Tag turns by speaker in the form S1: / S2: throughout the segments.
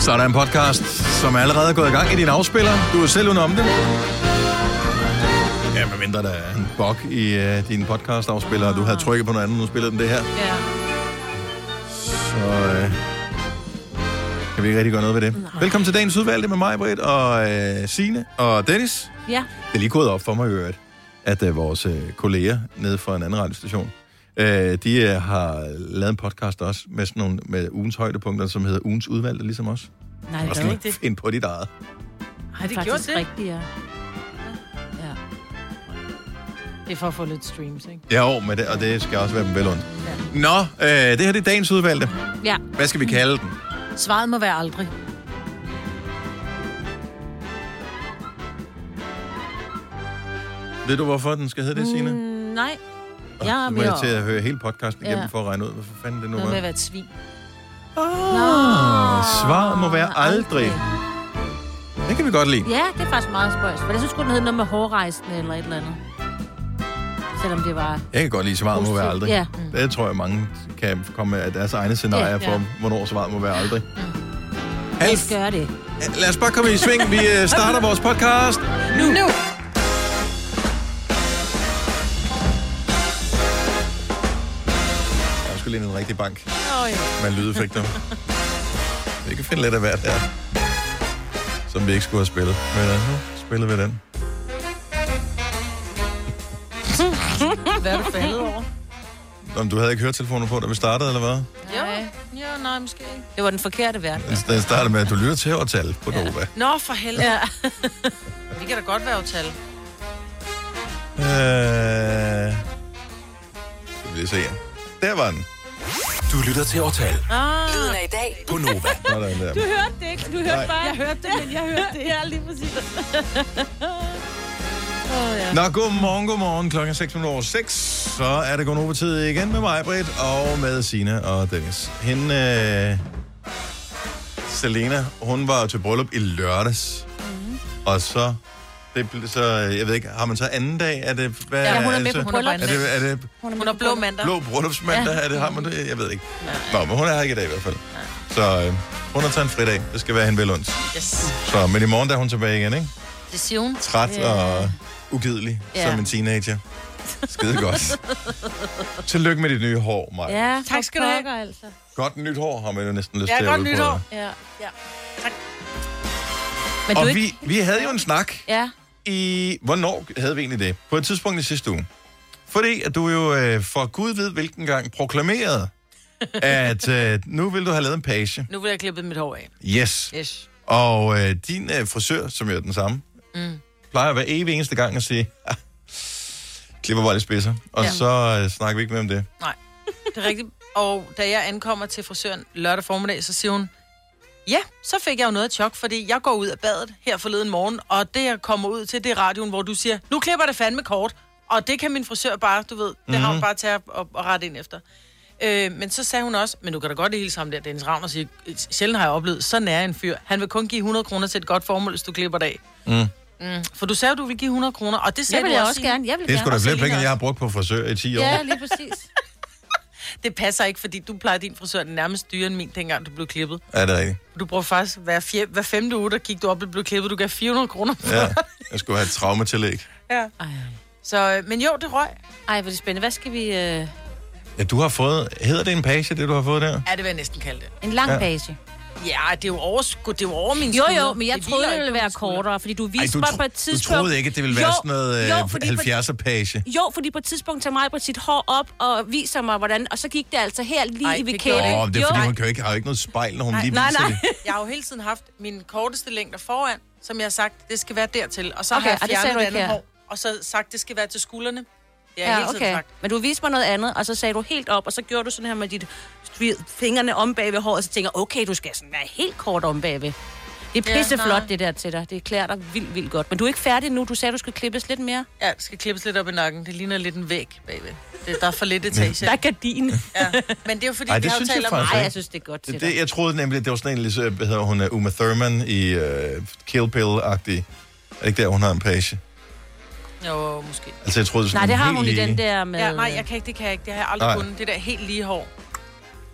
S1: Så er der en podcast, som allerede er gået i gang i din afspiller. Du er selv om det. Ja, medmindre der er en bog i øh, din podcast-afspiller, og du havde trykket på noget andet, nu spiller den det her.
S2: Ja.
S1: Så øh, kan vi ikke rigtig gøre noget ved det. Nej. Velkommen til dagens udvalgte med mig, Britt, og øh, Sine og Dennis.
S2: Ja.
S1: Det er lige gået op for mig i øvrigt, at øh, vores øh, kolleger nede fra en anden radiostation, øh, de øh, har lavet en podcast også med, sådan nogle, med ugens højdepunkter, som hedder Ugens Udvalgte, ligesom os.
S2: Nej,
S1: Og
S2: det
S1: sådan,
S2: er ikke det.
S1: Find på dit eget.
S2: Har
S3: de gjort det?
S2: Rigtigt, ja. ja.
S3: Det er for at få lidt streams, ikke?
S1: Ja, jo, men det, og det skal også være dem vel ondt. Nå, øh, det her det er dagens udvalgte.
S3: Ja.
S1: Hvad skal vi kalde den?
S3: Svaret må være aldrig.
S1: Ved du, hvorfor den skal hedde det, Signe? Mm,
S3: Mm, nej.
S1: jeg
S3: jeg er
S1: så må jeg
S3: mere-
S1: til at høre hele podcasten igennem
S3: Ja.
S1: for at regne ud, hvorfor fanden det nu
S3: Noget med
S1: var.
S3: at være et svin.
S1: Ah, svaret må være aldrig. Det kan vi godt lide.
S3: Ja, det er faktisk meget spøjs. Men jeg synes, sgu, den hed noget med hårrejsende eller et eller andet. Selvom det var...
S1: Jeg kan godt lide, svaret må være aldrig. Mm.
S3: Ja.
S1: Det tror jeg, mange kan komme af deres egne scenarier
S3: Ja. Mm.
S1: for, hvornår svaret må være aldrig.
S3: Lad
S1: Alf,
S3: os gøre det.
S1: lad os bare komme i sving. Vi øh, starter vores podcast.
S3: Nu! nu.
S1: Jeg skulle lige en rigtig bank
S3: Oh, ja.
S1: med lydeffekter. Vi kan finde lidt af hvert her, som vi ikke skulle have spillet. Men øh, nu spiller vi den.
S3: Hvad er du faldet over?
S1: Om du havde ikke høretelefoner på, da vi startede, eller hvad?
S3: Jo. Jo, nej, måske ikke. Det var den forkerte verden.
S1: Den- Den startede med, at du lytter til at tale på Nova. Øh,
S2: Nå, for helvede.
S3: Ja.
S2: Vi kan da godt være aftale.
S1: Øh... Skal vi lige se. Der var den.
S4: Du lytter til Årtal
S2: Ah,
S5: Lyden af i dag
S4: på Nova.
S1: Nå, der er den der.
S3: hørte det ikke. Du hørte
S1: Nej.
S3: bare... Jeg hørte det, men jeg hørte det. Ja, lige præcis.
S1: Nå, godmorgen, godmorgen. Klokken er 6 minutter over 6. Så er det over tid igen med mig, Britt, og med Sina og Dennis. Hende, øh... Selena, hun var til bryllup i lørdags. Mm. Og så... Det, blev- så, jeg ved ikke, har man så anden dag? Er det, hvad,
S3: Ja, altså, hun er med
S1: det, så-
S3: på bryllup.
S1: Er det, er det
S2: hun er blå mandag.
S1: blå bryllupsmandag? Ja. Er det, har man det? Jeg ved ikke. Nå, men hun er her ikke i dag i hvert fald. Så øh, hun har taget en fridag. Det skal være hende ved lunds.
S2: Yes.
S1: Så, men i morgen der er hun tilbage igen, ikke?
S3: Det siger hun.
S1: Træt og ugidelig
S3: Ja.
S1: som en teenager. Skide godt. Tillykke med dit nye hår, Maja.
S3: Ja,
S2: Tak skal du have.
S3: pokker, Altså.
S1: Godt nyt hår har man jo næsten lyst
S2: Ja,
S1: til
S2: godt
S1: udbrede.
S2: nytår.
S3: Ja.
S2: Ja.
S3: Tak. Men du
S1: Og
S3: ikke...
S1: vi, vi havde jo en snak
S3: Ja.
S1: i... Hvornår havde vi egentlig det? På et tidspunkt i sidste uge. Fordi at du jo øh, for Gud ved hvilken gang proklamerede, at øh, nu vil du have lavet en page.
S2: Nu vil jeg klippe mit hår af.
S1: Yes.
S2: Yes.
S1: Og øh, din øh, frisør, som jo er den samme, mm. plejer hver evig eneste gang at sige, "Ah, klipper bare lidt spidser, og ja.
S2: Ja.
S1: så øh, snakker vi ikke mere om det.
S2: Nej, det er rigtigt. Og da jeg ankommer til frisøren lørdag formiddag, så siger hun, ja, så fik jeg jo noget af chok, fordi jeg går ud af badet her forleden morgen, og det jeg kommer ud til, det er radioen, hvor du siger, nu klipper det fandme kort, og det kan min frisør bare, du ved, det mm-hmm. har hun bare til at, at, at rette ind efter. Øh, men så sagde hun også, men du kan da godt hilse ham der, Dennis Ravn, og sige, sjældent har jeg oplevet så nær en fyr. Han vil kun give 100 kroner til et godt formål, hvis du klipper det af. Mm. Mm. For du sagde, at du ville give 100 kroner, og det
S3: Jeg
S2: sagde
S3: vil
S2: du
S3: jeg
S2: også,
S3: også
S2: Signe.
S3: gerne. Jeg vil
S1: Det er sgu
S3: gerne.
S1: da flere
S2: Signe
S1: penge, end
S2: også.
S1: jeg har brugt på frisør i 10 år.
S3: Ja,
S1: Ja.
S3: lige præcis.
S2: Det passer ikke, fordi du plejer din frisør nærmest dyrere end min, dengang du blev klippet.
S1: Er det rigtigt?
S2: Du bruger faktisk hver, fje, hver femte uge, der gik du op og blev klippet. Du gav 400 kroner.
S1: Ja. Jeg skulle have et traumatillæg.
S2: ja.
S3: Ej,
S2: Så, øh, men jo, det røg.
S3: Ej, hvor er det spændende. Hvad skal vi... Øh...
S1: Ja, du har fået... Hedder det en page, det du har fået der?
S2: Ja, det vil jeg næsten kalde det.
S3: En lang
S1: Ja.
S3: ja. page.
S2: Ja, det er jo over, sku- det er jo over min
S3: Jo,
S2: skulder.
S3: jo, men jeg
S2: Det
S3: troede,
S2: hviler
S3: det
S2: ikke
S3: ville
S2: på
S3: være
S2: min skulder.
S3: kortere, fordi du
S1: Ej,
S3: viste
S1: du,
S3: mig på et
S1: tro, du
S3: tidspunkt...
S1: troede ikke, at det ville være
S3: Jo,
S1: sådan noget
S3: jo,
S1: øh,
S3: fordi på-
S1: 70'er-page.
S3: Jo, fordi på et tidspunkt tager mig på sit hår op og viser mig, hvordan... Og så gik det altså helt lige
S2: Ej,
S3: Ej, i
S2: det
S3: vikælen.
S2: gjorde
S1: Åh, oh, det er
S3: Jo.
S1: fordi, hun kan jo ikke, har jo ikke noget spejl, når hun lige
S3: nej,
S1: viser
S3: nej.
S1: det.
S2: Jeg har jo hele tiden haft min korteste længder foran, som jeg har sagt, det skal være dertil. Og så
S3: Okay,
S2: har jeg
S3: og det sagde
S2: fjernet
S3: du
S2: det
S3: ikke
S2: andet
S3: her.
S2: hår, og så sagt, det skal være til skuldrene. Det har jeg
S3: Ja,
S2: hele tiden
S3: okay.
S2: sagt.
S3: Men du viste mig noget andet, og så sagde du helt op, og så gjorde du sådan her med dit stri- fingrene om bagved håret, og så tænker jeg, okay, du skal sådan være helt kort om bagved. Det er
S2: Ja,
S3: pisseflot,
S2: nej.
S3: det der til dig. Det klæder dig vildt, vildt godt. Men du er ikke færdig nu. Du sagde, du skulle klippes lidt mere.
S2: Ja, det skal klippes lidt op i nakken. Det ligner lidt en væg bagved. Det, der er for lidt etage.
S3: Der er gardin.
S2: Ja. Men det er jo fordi,
S1: Ej,
S2: Ej,
S1: det
S2: vi har jo
S1: synes jeg
S2: talt om...
S1: faktisk
S3: Nej,
S1: ikke.
S3: jeg synes, det er godt til
S1: Det,
S3: dig.
S1: det, jeg troede nemlig, at det var sådan en, ligesom, hvad hedder hun, øh, Uma Thurman i øh, Kill Bill-agtig. Er det ikke der, hun har en page?
S2: Jo, måske.
S1: Altså, jeg troede, det var
S3: Nej,
S1: sådan
S3: det har
S1: helt
S3: hun i
S1: lige-
S3: den der med...
S2: Ja, nej, jeg kan ikke, det kan jeg ikke. Det har jeg aldrig
S1: Nej.
S2: kunnet. Det der helt lige hår.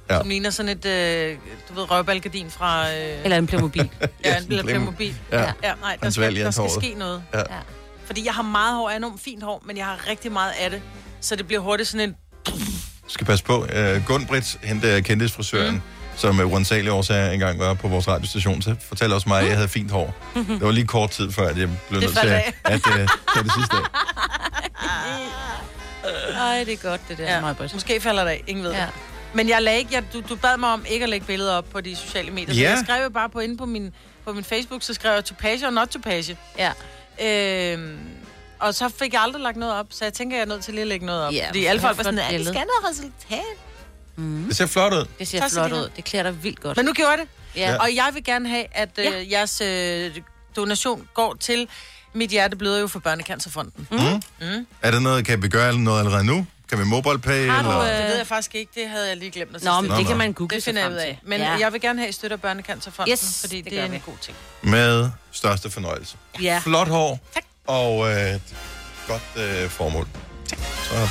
S1: Ja.
S2: ja. som ligner sådan et, øh, du ved, røvbalgardin fra... Øh,
S3: Eller en Playmobil.
S2: ja,
S1: sådan
S2: eller
S1: en Playmo-
S2: Playmobil.
S1: Ja.
S2: ja nej, der
S1: Hans
S2: skal,
S1: Valiant
S2: der skal
S1: håret.
S2: ske noget.
S1: Ja.
S3: ja.
S2: Fordi jeg har meget hår, jeg er enormt fint hår, men jeg har rigtig meget af det. Så det bliver hurtigt sådan en...
S1: skal passe på. Uh, Gunbrit, hende uh, kendtisfrisøren,
S3: Mhm.
S1: mm. som uh, uansagelig årsager engang var på vores radiostation, så fortalte også mig, at jeg havde fint hår.
S3: Mhm.
S1: Det var lige kort tid før, at jeg blev nødt til
S2: faldt
S1: at,
S2: af.
S1: at uh, tage det sidste af.
S3: Ej, det er godt, det der. Ja.
S2: Ja, måske falder det af, ingen ved ja.
S3: Ja.
S2: det. Men jeg lagde ikke, jeg, du, du bad mig om ikke at lægge billeder op på de sociale medier.
S1: Ja.
S2: Så jeg skrev jo bare på, inde på min, på min Facebook, så skrev jeg topage og not topage.
S3: ja.
S2: Øhm, og så fik jeg aldrig lagt noget op, så jeg tænker, jeg er nødt til lige at lægge noget op.
S3: Ja,
S2: Yeah, fordi alle
S3: det er
S2: folk var
S3: et
S2: sådan,
S3: flot
S2: at det
S3: billede."
S2: skal noget resultat.
S3: Mhm.
S1: Det ser flot ud.
S3: Det ser
S2: Tak skal
S3: flot
S2: I have.
S3: ud. Det klæder dig vildt godt.
S2: Men nu gjorde jeg det.
S3: Ja.
S2: Og jeg vil gerne have, at øh,
S3: Ja.
S2: jeres øh, donation går til Mit Hjerte Bløder jo for Børnecancerfonden.
S3: Mhm.
S2: Mm.
S1: Mhm. Er der noget, kan vi gøre noget allerede nu? Kan vi mobile pay?
S3: Har du,
S1: eller?
S3: øh,
S2: Det ved jeg faktisk ikke, det havde jeg lige glemt at
S3: Nå, men
S2: sidste.
S3: det
S1: nå.
S3: kan man google
S2: Det finder
S3: sig
S2: jeg
S3: frem
S2: ud af.
S3: til.
S2: Men
S3: ja.
S2: jeg vil gerne have, at I støtter Børnecancerfonden,
S3: Yes,
S2: fordi det,
S3: det gør
S2: er en
S3: vi.
S2: god ting.
S1: Med største fornøjelse.
S3: øh- Ja.
S1: Flot hår
S2: Tak.
S1: og øh, et godt øh, formål. Så,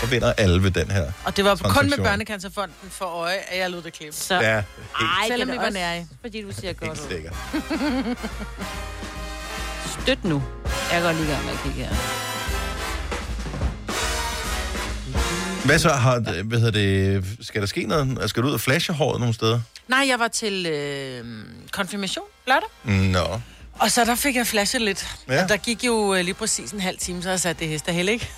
S1: så vinder alle ved den her.
S2: Og det var kun med
S1: Transaktion.
S2: Børnecancerfonden for øje, at jeg lod det klippe.
S3: Så.
S1: Ja, helt,
S3: Ej,
S2: Selvom
S3: det
S2: vi
S3: er
S2: var
S3: da også,
S2: nære i.
S3: Fordi du ser godt
S1: helt
S3: ud.
S1: sikkert.
S3: Støt nu. Jeg går lige i gang med at kigge her.
S1: Hvad så? Har, hvad hedder det, skal der ske noget? Skal du ud og flashe håret nogle steder?
S2: Nej, jeg var til øh, konfirmation lørdag.
S1: Nå.
S2: Og så der fik jeg flashet lidt.
S1: Ja.
S2: Ja. Og der gik jo øh, lige præcis en halv time, så jeg satte det hest af hel, ikke?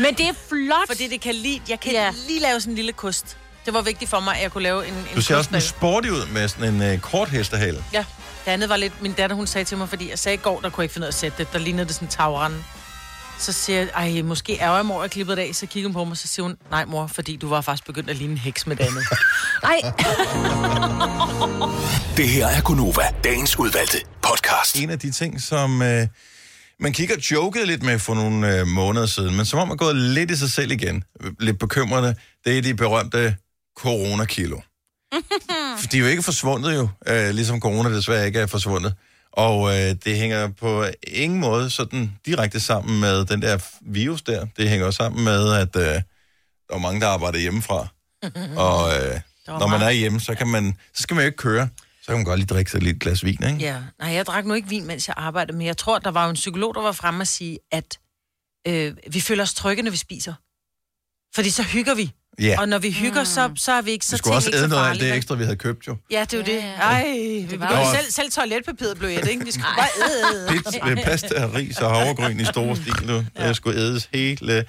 S3: Men det er flot.
S2: Fordi det kan lige, jeg kan
S3: Ja.
S2: ja. lige lave sådan en lille kost. Det var vigtigt for mig, at jeg kunne lave en, en
S1: Du ser også
S2: kostdag.
S1: en sporty ud med sådan en øh, kort hestehale.
S2: Ja, det andet var lidt... Min datter, hun sagde til mig, fordi jeg sagde i går, der kunne jeg ikke finde ud af at sætte det. Der lignede det sådan en tagrende. Så siger jeg, ej, måske er jeg mor, jeg klippet det af. Så kigger hun på mig, så siger hun, nej mor, fordi du var faktisk begyndt at ligne en heks med det andet.
S3: Ej,
S4: Det her er Gunova, dagens udvalgte podcast.
S1: En af de ting, som øh, man kigger joket lidt med for nogle øh, måneder siden, men som om man er gået lidt i sig selv igen, øh, lidt bekymrende, det er de berømte coronakilo. For de er jo ikke forsvundet jo, øh, ligesom corona desværre ikke er forsvundet. Og øh, det hænger på ingen måde sådan direkte sammen med den der virus der. Det hænger også sammen med, at øh, der er mange, der arbejder hjemmefra. Og øh, når man er hjemme, så, kan man, så skal man jo ikke køre. Så kan man godt lige drikke sig lidt et glas vin, ikke?
S2: ja, nej, jeg drak nu ikke vin, mens jeg arbejdede, men jeg tror, der var jo en psykolog, der var fremme og sige, at øh, vi føler os trygge, når vi spiser. Fordi så hygger vi.
S1: Ja.
S2: Og når vi hygger,
S3: Mm.
S2: så, så er vi ikke så
S1: Vi skulle også
S2: ikke så
S1: æde noget af alt
S2: farlige,
S1: det
S2: vel?
S1: ekstra, vi havde købt jo.
S2: Ja, det er jo
S3: Ja,
S2: det.
S3: ja.
S2: Ej, vi
S3: var
S2: begyndte-
S1: jo-
S2: selv, selv toiletpapiret blev et, ikke? Vi skulle bare æde, æde.
S1: Pizza, øh, pasta, ris og havregryn i store stil. Du. Jeg skulle ædes helt... øh.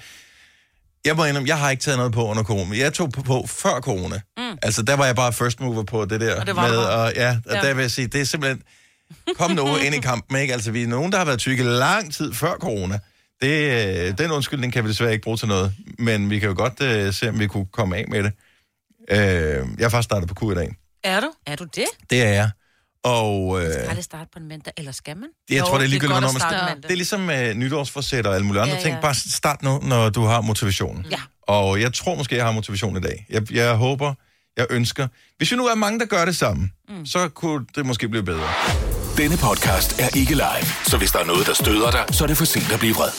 S1: Jeg må indrømme, jeg har ikke taget noget på under corona. Jeg tog på, på før corona. Mm. Altså, der var jeg bare first mover på det der.
S2: Og det var
S1: med,
S2: du bare.
S1: og, ja, og ja.
S2: Ja.
S1: der vil jeg sige, det er simpelthen... Kom nu ind i kampen, ikke? Altså, vi er nogen, der har været tykke lang tid før corona. Det, øh, den undskyldning kan vi desværre ikke bruge til noget. Men vi kan jo godt øh, se, om vi kunne komme af med det. Øh, jeg har faktisk startet på kur i dag.
S2: Er du?
S3: er du det?
S1: Det er jeg. Og, øh,
S3: Har det startet på en mandag, eller skal man?
S1: Det, jeg
S2: Jo,
S1: tror, det er
S2: det er godt
S1: ligegyldigt, hvornår
S2: at
S1: man
S2: starte
S1: starter.
S2: mandag.
S1: Det er ligesom øh, nytårsforsæt og alle mulige andre ja,
S3: Ja,
S1: ting.
S3: ja.
S1: Bare start nu, når du har motivationen.
S3: Ja.
S1: Og jeg tror måske, jeg har motivation i dag. Jeg, jeg håber, jeg ønsker. Hvis vi nu er mange, der gør det sammen, mm. så kunne det måske blive bedre.
S4: Denne podcast er ikke live, så hvis der er noget, der støder dig, så er det for sent at blive vred.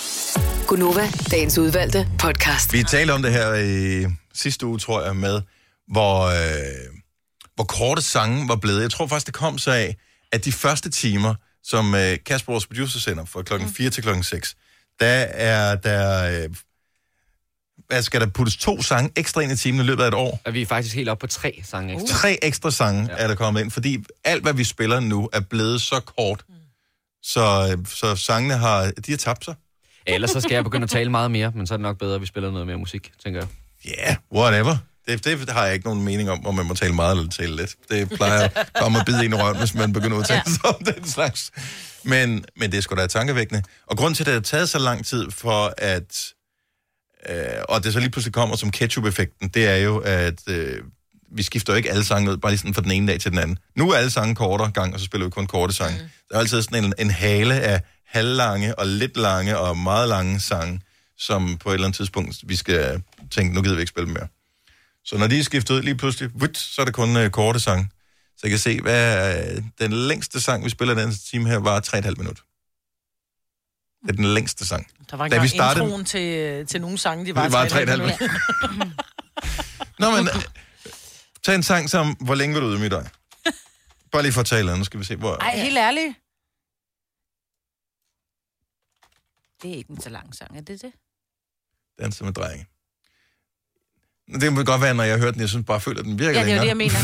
S5: Gunova, dagens udvalgte podcast.
S1: Vi talte om det her i sidste uge, tror jeg, med, hvor, øh, hvor korte sange var blevet. Jeg tror faktisk, det kom sig af, at de første timer, som øh, Kasper, vores producer, sender fra klokken 4 til klokken 6, der er der... Øh, hvad skal der puttes to sange ekstra ind i timen i løbet af et år?
S6: at vi er faktisk helt oppe på tre sange ekstra.
S1: Tre ekstra sange ja. er der kommet ind, fordi alt, hvad vi spiller nu, er blevet så kort, så, øh, så sangene har, de har tabt sig.
S6: Ja, ellers så skal jeg begynde at tale meget mere, men så er det nok bedre, at vi spiller noget mere musik, tænker jeg.
S1: Ja, yeah, whatever. Det, det har jeg ikke nogen mening om, om man må tale meget eller tale lidt. Det plejer at komme og bide en i røven, hvis man begynder at udtale sig om den slags. Men, men det er sgu da tankevækkende. Og grunden til, at det har taget så lang tid for at... Øh, og det så lige pludselig kommer som ketchup-effekten, det er jo, at øh, vi skifter jo ikke alle sange ud, bare lige sådan fra den ene dag til den anden. Nu er alle sange kortere gang, og så spiller vi kun korte sange. Mm. Der er altid sådan en, en hale af halvlange og lidt lange og meget lange sange, som på et eller andet tidspunkt, vi skal tænke, nu gider vi ikke spille dem mere. Så når de er skiftet ud lige pludselig, vut, så er det kun øh, korte sange. Så jeg kan se, hvad øh, den længste sang, vi spiller i den time her, var 3,5 minutter. Det er den længste sang.
S2: Der var
S1: Da
S2: ikke
S1: vi
S2: engang
S1: startede-
S2: introen øh, til, til nogle sange, de
S1: Det var
S2: var,
S1: 3,5
S2: minutter.
S1: minutter. Nå, men øh, Tag en sang som, hvor længe vil du ydmyge dig? Bare lige for at tale andet, skal vi se, hvor...
S2: Ej, helt ærligt.
S3: Det er ikke en så lang sang, er det det?
S1: Danser med drenge. Det må godt være, når jeg hørte den, jeg synes bare, jeg føler, at den virker
S3: Ja, det er jo
S1: længere.
S3: det, jeg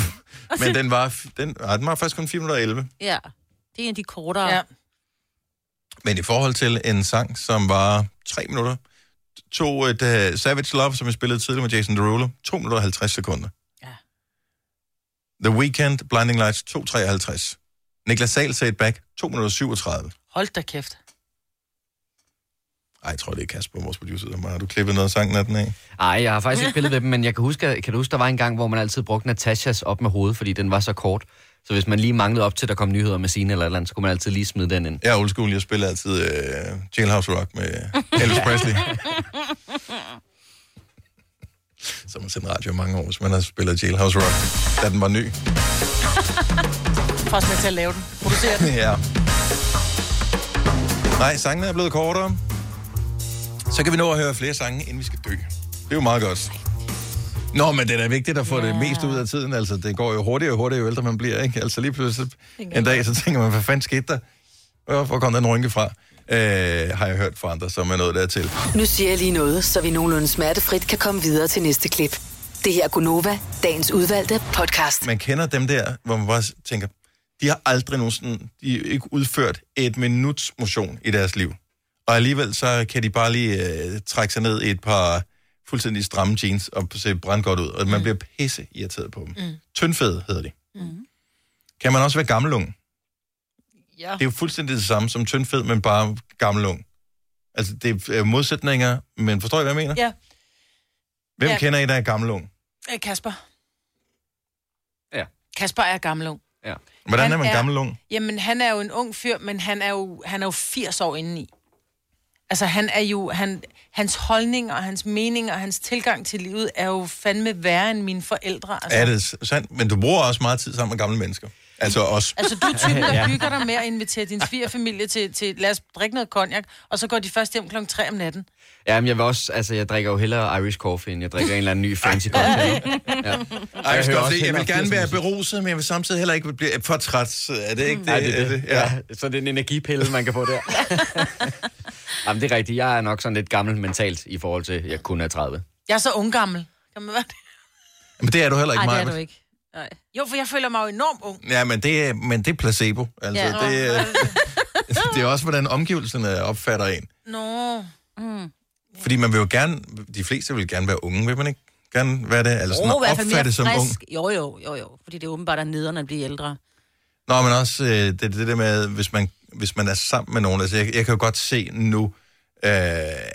S3: mener.
S1: Men den var, f- den, ah, den var faktisk kun 4 minutter og 11.
S3: Ja. Det er en af de kortere.
S2: Ja.
S3: Ja.
S1: Men i forhold til en sang, som var 3 minutter, tog et uh, Savage Love, som jeg spillede tidligere med Jason Derulo, 2 minutter og 50 sekunder.
S2: Ja.
S1: The Weeknd, Blinding Lights, 2.53. Niklas Sahl, Set Back, 2 minutter og 37.
S2: Hold da kæft.
S1: Ej, jeg tror, det er Kasper, vores producer. der Har du klippet noget af sangen af den af?
S6: Nej, jeg har faktisk ikke spillet ved dem, men jeg kan huske, at- kan du huske, der var en gang, hvor man altid brugte Natashas op med hovedet, fordi den var så kort. Så hvis man lige manglede op til, der kom nyheder med sine eller et eller andet, så kunne man altid lige smide den ind.
S1: Jeg er old school, jeg spiller altid øh, Jailhouse Rock med Elvis Presley. Som har sendt radio i mange år, hvis man har spillet Jailhouse Rock, da den var ny.
S2: Prøv med til at lave den. Producere den.
S1: Ja. Nej, sangene er blevet kortere. Så kan vi nå at høre flere sange, inden vi skal dø. Det er jo meget godt. Nå, men det er da vigtigt at få det mest ud af tiden. Altså, det går jo hurtigere og hurtigere, jo ældre man bliver, ikke? Altså lige pludselig en dag, så tænker man, hvad fanden skete der? Hvor hvor kom den rynke fra? Øh, har jeg hørt fra andre, som er nået dertil.
S5: Nu siger jeg lige noget, så vi nogenlunde smertefrit kan komme videre til næste klip. Det her er Gunova, dagens udvalgte podcast.
S1: man kender dem der, hvor man bare tænker, de har aldrig nogensinde, de har ikke udført et minuts motion i deres liv. Og alligevel så kan de bare lige øh, trække sig ned i et par fuldstændig stramme jeans og se brandgodt ud, og man bliver pisse irriteret på dem. Mm. Tyndfed hedder de. Mm. Kan man også være gammelung?
S2: Ja.
S1: Det er jo fuldstændig det samme som tyndfed, men bare gammelung. Altså, det er øh, modsætninger, men forstår I, hvad jeg mener?
S2: Ja.
S1: Hvem
S2: Ja.
S1: kender I, der er gammelung?
S2: Øh, Kasper.
S6: Ja.
S2: Kasper er gammel ung.
S6: ja.
S1: Hvordan
S2: Han
S1: er man
S2: er-
S1: gammelung?
S2: Jamen, han er jo en ung fyr, men han er jo, han er jo 80 år indeni. Altså, han er jo, han, hans holdning og hans mening og hans tilgang til livet er jo fandme værre end mine forældre. Altså,
S1: Er det s- sandt? Men du bruger også meget tid sammen med gamle mennesker. Altså os.
S2: altså du er typen, der hygger dig med at invitere din svigerfamilie til, til, lad os drikke noget cognac, og så går de først hjem klokken 3 om natten.
S6: Jamen, jeg vil også, altså, jeg drikker jo hellere Irish coffee, end jeg drikker en eller anden ny fancy cocktail. Ja.
S1: Ej, jeg,
S6: hører
S1: jeg,
S6: også
S1: det. jeg
S6: hellere
S1: vil gerne
S6: 80'er
S1: være
S6: musik.
S1: beruset, men jeg vil samtidig heller ikke blive for træt. Er det ikke det?
S6: Ja, Mm. det er det.
S1: Ja.
S6: Ja. Så det er en energipille, man kan få der. Jamen, det er rigtigt. Jeg er nok sådan lidt gammel mentalt i forhold til, at jeg kun er 30.
S2: Jeg er så unggammel. Kan man være det?
S1: Men det er du heller ikke,
S3: Nej, det
S1: Maja.
S3: er du ikke. Nej.
S2: Jo, for jeg føler mig jo enormt ung.
S1: Ja, men det, er, men det er placebo. Altså, ja.
S3: Ja.
S1: det, er- det er også, hvordan omgivelserne opfatter en.
S2: Nå.
S1: Fordi man vil jo gerne, de fleste vil gerne være unge, vil man ikke? Gerne være det, eller sådan
S3: Jo, i hvert fald mere
S1: opfatte som ung.
S3: frisk. Jo, jo, jo, jo. Fordi det er åbenbart, at nederne bliver ældre.
S1: Nå, men også øh, det, det der med, hvis man, hvis man er sammen med nogen. Altså, jeg, jeg kan jo godt se nu, øh,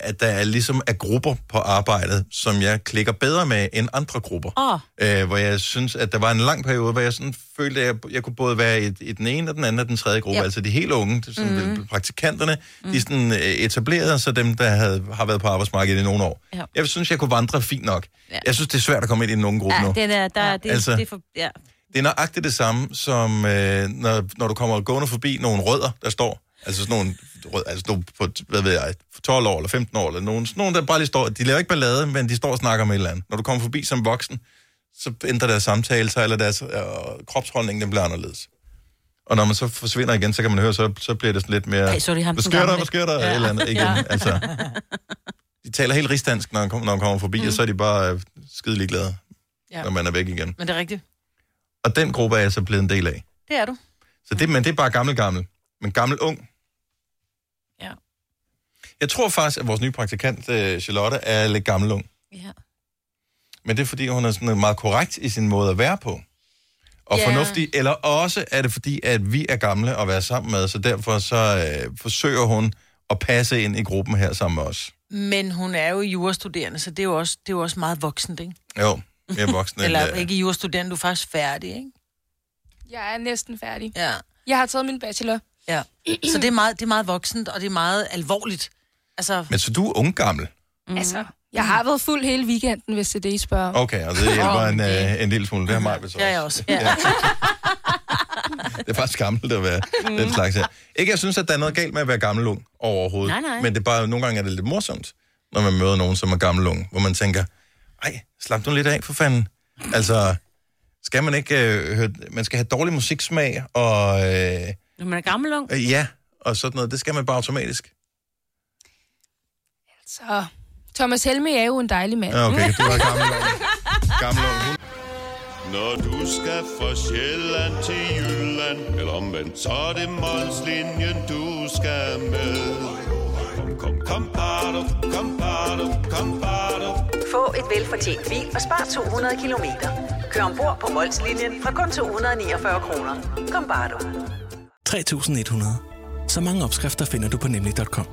S1: at der er ligesom er grupper på arbejdet, som jeg klikker bedre med end andre grupper.
S3: Åh.
S1: Øh, hvor jeg synes, at der var en lang periode, hvor jeg sådan følte, at jeg, jeg kunne både være i, i den ene og den anden og den tredje gruppe.
S3: Ja. Mhm.
S1: Altså de helt unge, det er sådan, mm. praktikanterne, mm. de er sådan øh, etablerede, og så dem, der havde, har været på arbejdsmarkedet i nogle år.
S3: Ja.
S1: Jeg synes, jeg kunne vandre fint nok.
S3: Ja.
S1: Jeg synes, det er svært at komme ind i den unge gruppe
S3: Ja,
S1: nu.
S3: den er, der, ja. det, altså.
S1: Altså-
S3: det er for, ja.
S1: Det er nøjagtigt det samme, som øh, når, når du kommer gående forbi nogle rødder, der står. Altså sådan nogle, rød, altså nogle på, hvad ved jeg, 12 år eller 15 år, eller nogen, sådan nogle, der bare lige står, de laver ikke ballade, men de står og snakker med et eller andet. Når du kommer forbi som voksen, så ændrer deres samtale sig, eller deres øh, kropsholdning, den bliver anderledes. Og når man så forsvinder igen, så kan man høre, så, så bliver det sådan lidt mere...
S3: Ej, så er det ham,
S1: hvad
S3: den
S1: sker der,
S3: gamle."
S1: hvad sker der, ja. eller andet igen. Ja. Altså, de taler helt rigsdansk, når man kommer, når man kommer forbi, mm. og så er de bare øh, skide ligeglade, ja.
S2: Ja.
S1: når man er væk igen.
S2: Men det er rigtigt.
S1: Og den gruppe er jeg så blevet en del af.
S2: Det er du.
S1: Så det, men det er bare gammel gammel. Men gammel ung.
S3: Ja.
S1: Jeg tror faktisk, at vores nye praktikant, øh, Charlotte, er lidt gammel ung.
S3: ja.
S1: Men det er, fordi hun er sådan meget korrekt i sin måde at være på. Og
S2: Ja.
S1: yeah. fornuftig. Eller også er det, fordi at vi er gamle at være sammen med, så derfor så øh, forsøger hun at passe ind i gruppen her sammen med os.
S2: Men hun er jo jurastuderende, så det er jo også, det er jo også meget voksent, ikke?
S1: Jo, mere voksne.
S2: Eller
S1: øh,
S2: ikke jurastuderende, du er faktisk færdig, ikke?
S7: Jeg er næsten færdig.
S2: Ja.
S7: Jeg har taget min bachelor.
S2: ja. Så det er, meget, det er meget voksent, og det er meget alvorligt. Altså,
S1: Men så du er ung gammel.
S7: Mm. Altså, jeg har været fuld hele weekenden, hvis det er det, I spørger om.
S1: Okay, Mhm. og det hjælper
S2: Åh,
S1: en,
S2: det-
S1: øh, en lille smule. Det har mig
S2: det er jeg også. Ja.
S1: Ja. det er faktisk gammelt at være mm. den slags her. Ikke, jeg synes, at der er noget galt med at være gammel ung overhovedet.
S3: Nej, nej.
S1: Men det er bare, nogle gange er det lidt morsomt, når man møder nogen, som er gammel ung, hvor man tænker, ej, slap nu lidt af for fanden. Altså, skal man ikke øh, høre... Man skal have dårlig musiksmag, og øh,
S3: Når man er gammel ung.
S1: øh, ja, og sådan noget. Det skal man bare automatisk.
S7: Så Thomas Helme er jo en dejlig mand.
S1: Ja, okay, du var gammel. gammel ung.
S8: Når du skal fra Sjælland til Jylland Eller omvendt, så er det Molslinjen, du skal med Kom, kom, kom, bado, kom, bado, kom, bado.
S9: Få et velfortjent bil og spar 200 kilometer. Kør ombord på Molslinjen fra kun 249 kroner. Kom bare du.
S10: 3100. Så mange opskrifter finder du på nemlig.com.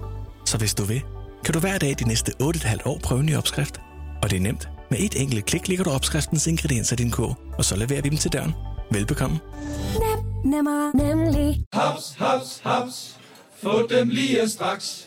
S10: Så hvis du vil, kan du hver dag de næste 8,5 år prøve en ny opskrift. Og det er nemt. Med et enkelt klik ligger du opskriftens ingredienser i din kog, og så leverer vi dem til døren. Velbekomme.
S11: Nemmer, nemlig.
S8: Haps, haps, haps. Få dem lige straks.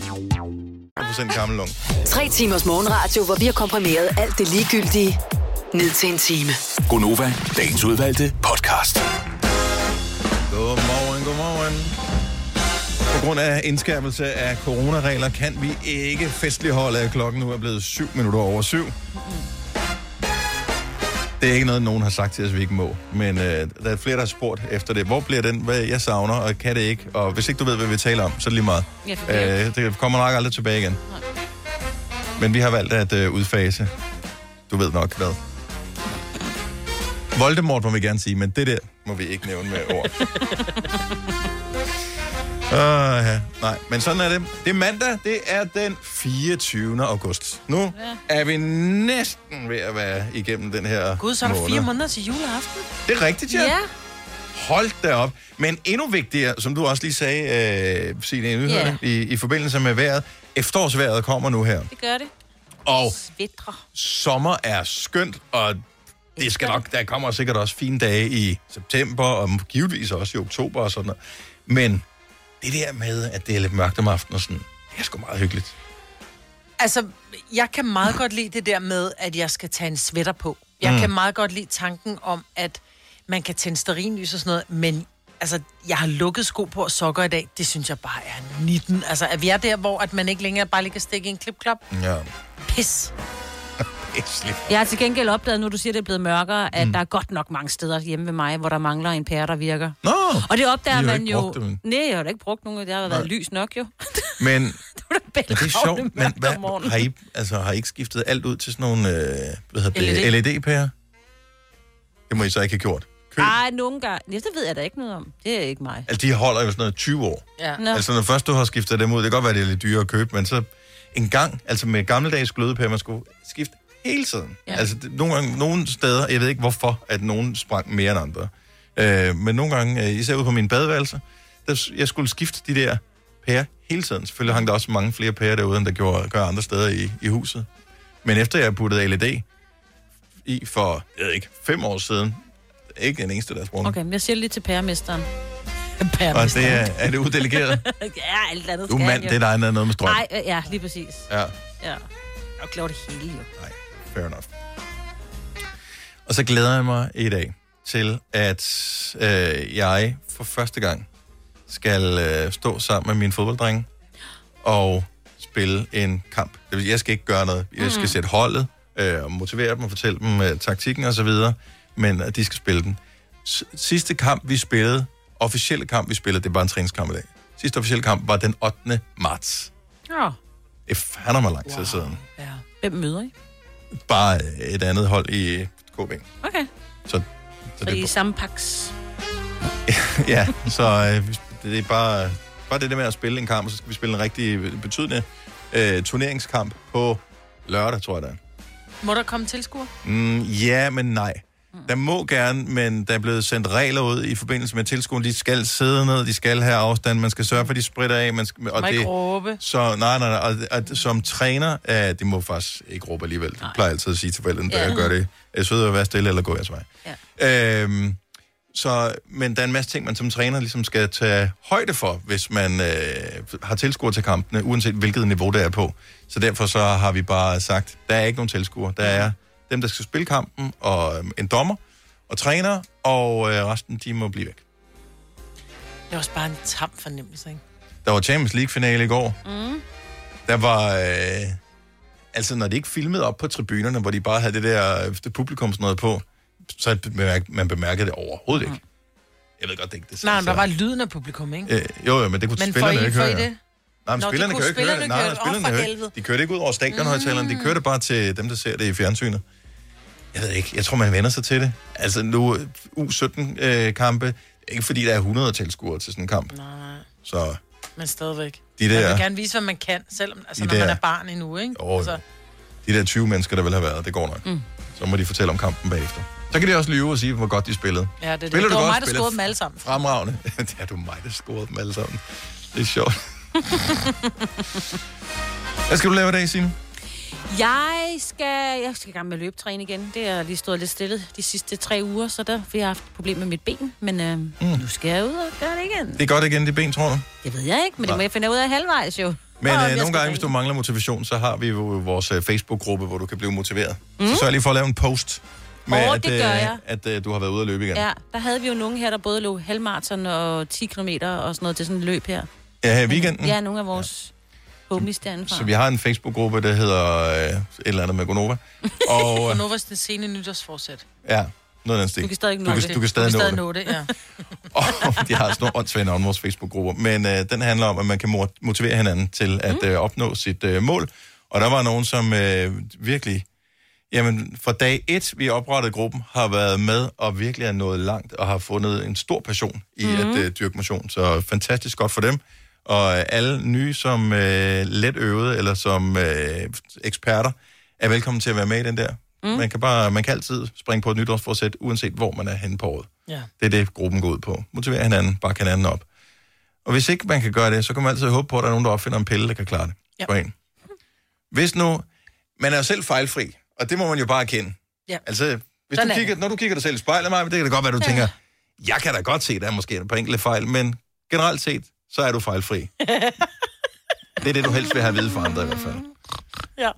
S1: 100% gammel ung.
S5: Tre timers morgenradio, hvor vi har komprimeret alt det ligegyldige ned til en time.
S4: Gonova, dagens udvalgte podcast.
S1: Godmorgen, godmorgen. På grund af indskærpelse af coronaregler kan vi ikke festligholde, at klokken nu er blevet 7 minutter over syv. Det er ikke noget, nogen har sagt til os, vi ikke må. Men øh, der er flere, der har spurgt efter det. Hvor bliver den? Hvad jeg savner, og kan det ikke? Og hvis ikke du ved, hvad vi taler om, så er det lige meget.
S3: Ja, for det er
S1: Øh, det kommer nok aldrig tilbage igen. Men vi har valgt at øh, udfase. Du ved nok hvad. Voldemort må vi gerne sige, men det der må vi ikke nævne med ord. Uh, ja. Nej, men sådan er det. Det er mandag, det er den 24. august. Nu er vi næsten ved at være igennem den her
S2: Gud, så er der
S1: måned.
S2: fire måneder til juleaften.
S1: Det er rigtigt, ja.
S2: Ja.
S1: Hold da op. Men endnu vigtigere, som du også lige sagde, øh, Signe, i, nyhederne, i, i forbindelse med vejret, efterårsvejret kommer nu her.
S3: Det gør det.
S1: Og
S3: Vitre.
S1: sommer er skønt, og det skal nok, der kommer sikkert også fine dage i september, og givetvis også i oktober og sådan noget. Men det der med, at det er lidt mørkt om aftenen og sådan, det er sgu meget hyggeligt.
S2: Altså, jeg kan meget godt lide det der med, at jeg skal tage en sweater på. Jeg mm. kan meget godt lide tanken om, at man kan tænde sterinlys og sådan noget, men altså, jeg har lukket sko på og sokker i dag. Det synes jeg bare er 19. Altså, at vi er der, hvor at man ikke længere bare lige kan stikke i en klipklop.
S1: Ja,
S2: Pis.
S1: æsligt.
S3: Jeg har til gengæld opdaget, nu du siger, det er blevet mørkere, at mm. der er godt nok mange steder hjemme ved mig, hvor der mangler en pære, der virker.
S1: Nå,
S3: Og det opdager
S1: Vi har
S3: man
S1: ikke
S3: jo...
S1: brugt dem.
S3: Nej, jeg har da ikke brugt nogen. Det har været lys nok jo. det
S1: men
S3: var da
S1: ja, det er sjovt,
S3: bælragende
S1: men
S3: mørkt om
S1: hvad,
S3: morgenen.
S1: har, I, altså, har I ikke skiftet alt ud til sådan nogle øh, hvad hedder
S3: E
S2: LED?
S1: det, LED-pærer? Det må I så ikke have gjort. Køb.
S3: Ej, nogle gange. Ja, det ved jeg da ikke noget om. Det er ikke mig.
S1: Altså, de holder jo sådan noget 20 år.
S2: Ja.
S3: Nå.
S1: Altså, når først du har skiftet dem ud, det kan godt være, det er lidt dyrere at købe, men så en gang, altså med gammeldags glødepære, man skulle skifte hele tiden. Ja. Altså, det- nogle gange, nogle steder, jeg ved ikke hvorfor, at nogen sprang mere end andre. Øh, men nogle gange, øh, især ude på min badeværelse, der, s- jeg skulle skifte de der pærer hele tiden. Selvfølgelig hang der også mange flere pærer derude, end der gjorde, gør andre steder i, i huset. Men efter jeg puttede LED i for, jeg ved ikke, fem år siden, ikke den eneste, der sprang. Okay.
S3: Okay, men jeg siger det lige til pæremesteren.
S1: Og
S2: Pæremester.
S1: det er, er det uddelegeret.
S3: ja, alt andet
S1: Du er
S3: skal
S1: mand,
S3: han jo.
S1: det er dig, der er noget med strøm.
S3: Nej, øh, ja, lige præcis.
S1: Ja,
S3: Ja. Og klarer det hele jo.
S1: nej, fair enough. Og så glæder jeg mig i dag til, at øh, jeg for første gang skal øh, stå sammen med min fodbolddrenge og spille en kamp. Det vil sige, jeg skal ikke gøre noget. Jeg skal sætte holdet øh, og motivere dem og fortælle dem øh, taktikken og så videre, men at de skal spille den. S- sidste kamp, vi spillede, officielle kamp, vi spillede, det var en træningskamp i dag. Sidste officielle kamp var den 8. marts.
S3: Ja.
S1: Det er fandme lang tid wow. siden.
S2: Ja.
S3: Hvem møder I?
S1: bare et andet hold i KB.
S3: Okay.
S1: Så,
S3: Så
S1: så
S3: I er i
S1: det,
S3: samme paks.
S1: ja, så øh, hvis- det er bare, bare det der med at spille en kamp, og så skal vi spille en rigtig betydende øh, turneringskamp på lørdag, tror jeg da.
S2: Må der komme tilskuer?
S1: Mm, ja, men nej. Der må gerne, men der er blevet sendt regler ud i forbindelse med tilskuen. De skal sidde ned, de skal have afstand, man skal sørge for, at de spritter af. Man skal, og
S2: Må ikke råbe.
S1: Så, nej, nej, nej. Og, og, som træner, øh, det må faktisk ikke råbe alligevel. Det plejer jeg altid at sige til forældrene, der
S2: Ja.
S1: ja. gør det. Jeg søder at være stille, eller gå jeres vej. Ja. Øhm, så, men der er en masse ting, man som træner ligesom skal tage højde for, hvis man øh, har tilskuere til kampene, uanset hvilket niveau det er på. Så derfor så har vi bare sagt, der er ikke nogen tilskuere. Der er dem, der skal spille kampen, og øh, en dommer, og træner, og øh, resten, de må blive væk.
S2: Det er også bare en tam fornemmelse, ikke?
S1: Der var Champions League-finale i går.
S2: Mm.
S1: Der var... Øh, altså, når de ikke filmede op på tribunerne, hvor de bare havde det der øh, det publikum sådan noget på, så bemærk, man bemærkede det overhovedet ikke. Jeg ved godt, det ikke det
S2: Mm. Nej, men der var lyden af publikum, ikke?
S1: Øh, jo, jo, men det kunne
S2: Men får
S1: spillerne
S2: I-
S1: ikke
S2: får I
S1: høre.
S2: det? Nå,
S1: Nej, men Nå,
S2: det
S1: spillerne
S2: kunne
S1: kan jo ikke høre
S2: spillerne
S1: det. Nej,
S2: køre
S1: nej,
S2: det. Åh, for
S1: spillerne kan jo ikke.
S2: helvede. Mm.
S1: De kørte ikke ud over stadionhøjtalerne, de kørte bare til dem, der ser det i fjernsynet. Jeg ved ikke, jeg tror, man vender sig til det. Altså nu, U17-kampe, øh, ikke fordi der er 100 tilskuere til sådan en kamp. Nej. Så,
S2: Men stadigvæk.
S1: De der-
S2: Man vil gerne vise, hvad man kan, selvom altså,
S1: De
S2: når man
S1: der-
S2: er barn endnu, ikke?
S1: Jo, jo.
S2: altså,
S1: de der 20 mennesker, der vil have været, det går nok. Mm. Så må de fortælle om kampen bagefter. Så kan de også lyve og sige, hvor godt de spillede.
S2: ja, det, er det.
S1: Spiller
S2: det
S1: du
S2: var
S1: godt,
S2: mig, der
S1: spiller
S2: scorede dem alle sammen.
S1: Fremragende. det er du mig, der scorede dem alle sammen. Det er sjovt. Hvad skal du lave i dag, Signe?
S3: Jeg skal, jeg skal i gang med at løbetræne igen. Det har lige stået lidt stille de sidste tre uger, så der fordi jeg har haft et problem med mit ben. Men øh, mm. nu skal jeg ud og gøre det igen.
S1: Det er godt igen, det ben, tror du?
S3: Det ved jeg ikke, men det må
S1: Nej.
S3: jeg finde ud af halvvejs jo.
S1: Men
S3: Og om jeg
S1: øh, nogle
S3: skal
S1: gange,
S3: ringe.
S1: hvis du mangler motivation, så har vi jo vores øh, Facebook-gruppe, hvor du kan blive motiveret. Mm.
S3: Mm.
S1: Så sørg lige for at lave en post med,
S3: Åh,
S1: at,
S3: det gør jeg.
S1: at øh, du har været ude at løbe igen.
S3: Ja, der havde vi jo nogen her, der både lå halvmarathon og 10 km og sådan noget til sådan et løb her.
S1: Ja, her i weekenden.
S3: Ja, nogle af vores ja. homies derindefra.
S1: Så vi har en Facebook-gruppe, der hedder øh, et eller andet med Gonova. Og
S2: Og
S1: øh,
S2: nu var det sene nytårsforsæt.
S1: ja, noget af den stil.
S2: Du kan stadig nå
S1: du
S2: det.
S1: kan, du kan stadig, nå
S2: det. ja.
S1: det. De har sådan nogle åndssvage navne, vores Facebook-grupper. Men øh, den handler om, at man kan mor- motivere hinanden til at øh, opnå sit øh, mål. Og der var nogen, som øh, virkelig... Jamen, fra dag et, vi oprettede gruppen, har været med og virkelig er nået langt og har fundet en stor passion i mm. at øh, dyrke motion. Så fantastisk godt for dem. Og øh, alle nye, som øh, let øvede eller som øh, eksperter, er velkommen til at være med i den der. Mm. Man, kan bare, man kan altid springe på et nytårsforsæt, uanset hvor man er henne på året.
S2: Ja.
S1: Det er det, gruppen går ud på. Motivere hinanden, bakke hinanden op. Og hvis ikke man kan gøre det, så kan man altid håbe på, at der er nogen, der opfinder en pille, der kan klare det
S2: Ja.
S1: for en. Hvis nu... Man er jo selv fejlfri, og det må man jo bare erkende.
S2: ja.
S1: Altså, hvis
S2: Sådan
S1: du
S2: er
S1: kigger, når du kigger dig selv i spejlet, Maja, det kan da godt være, du ja. tænker, jeg kan da godt se, der er måske et par enkelte fejl, men generelt set, så er du fejlfri. det er det, du helst vil have at vide for andre i hvert fald.
S2: Ja.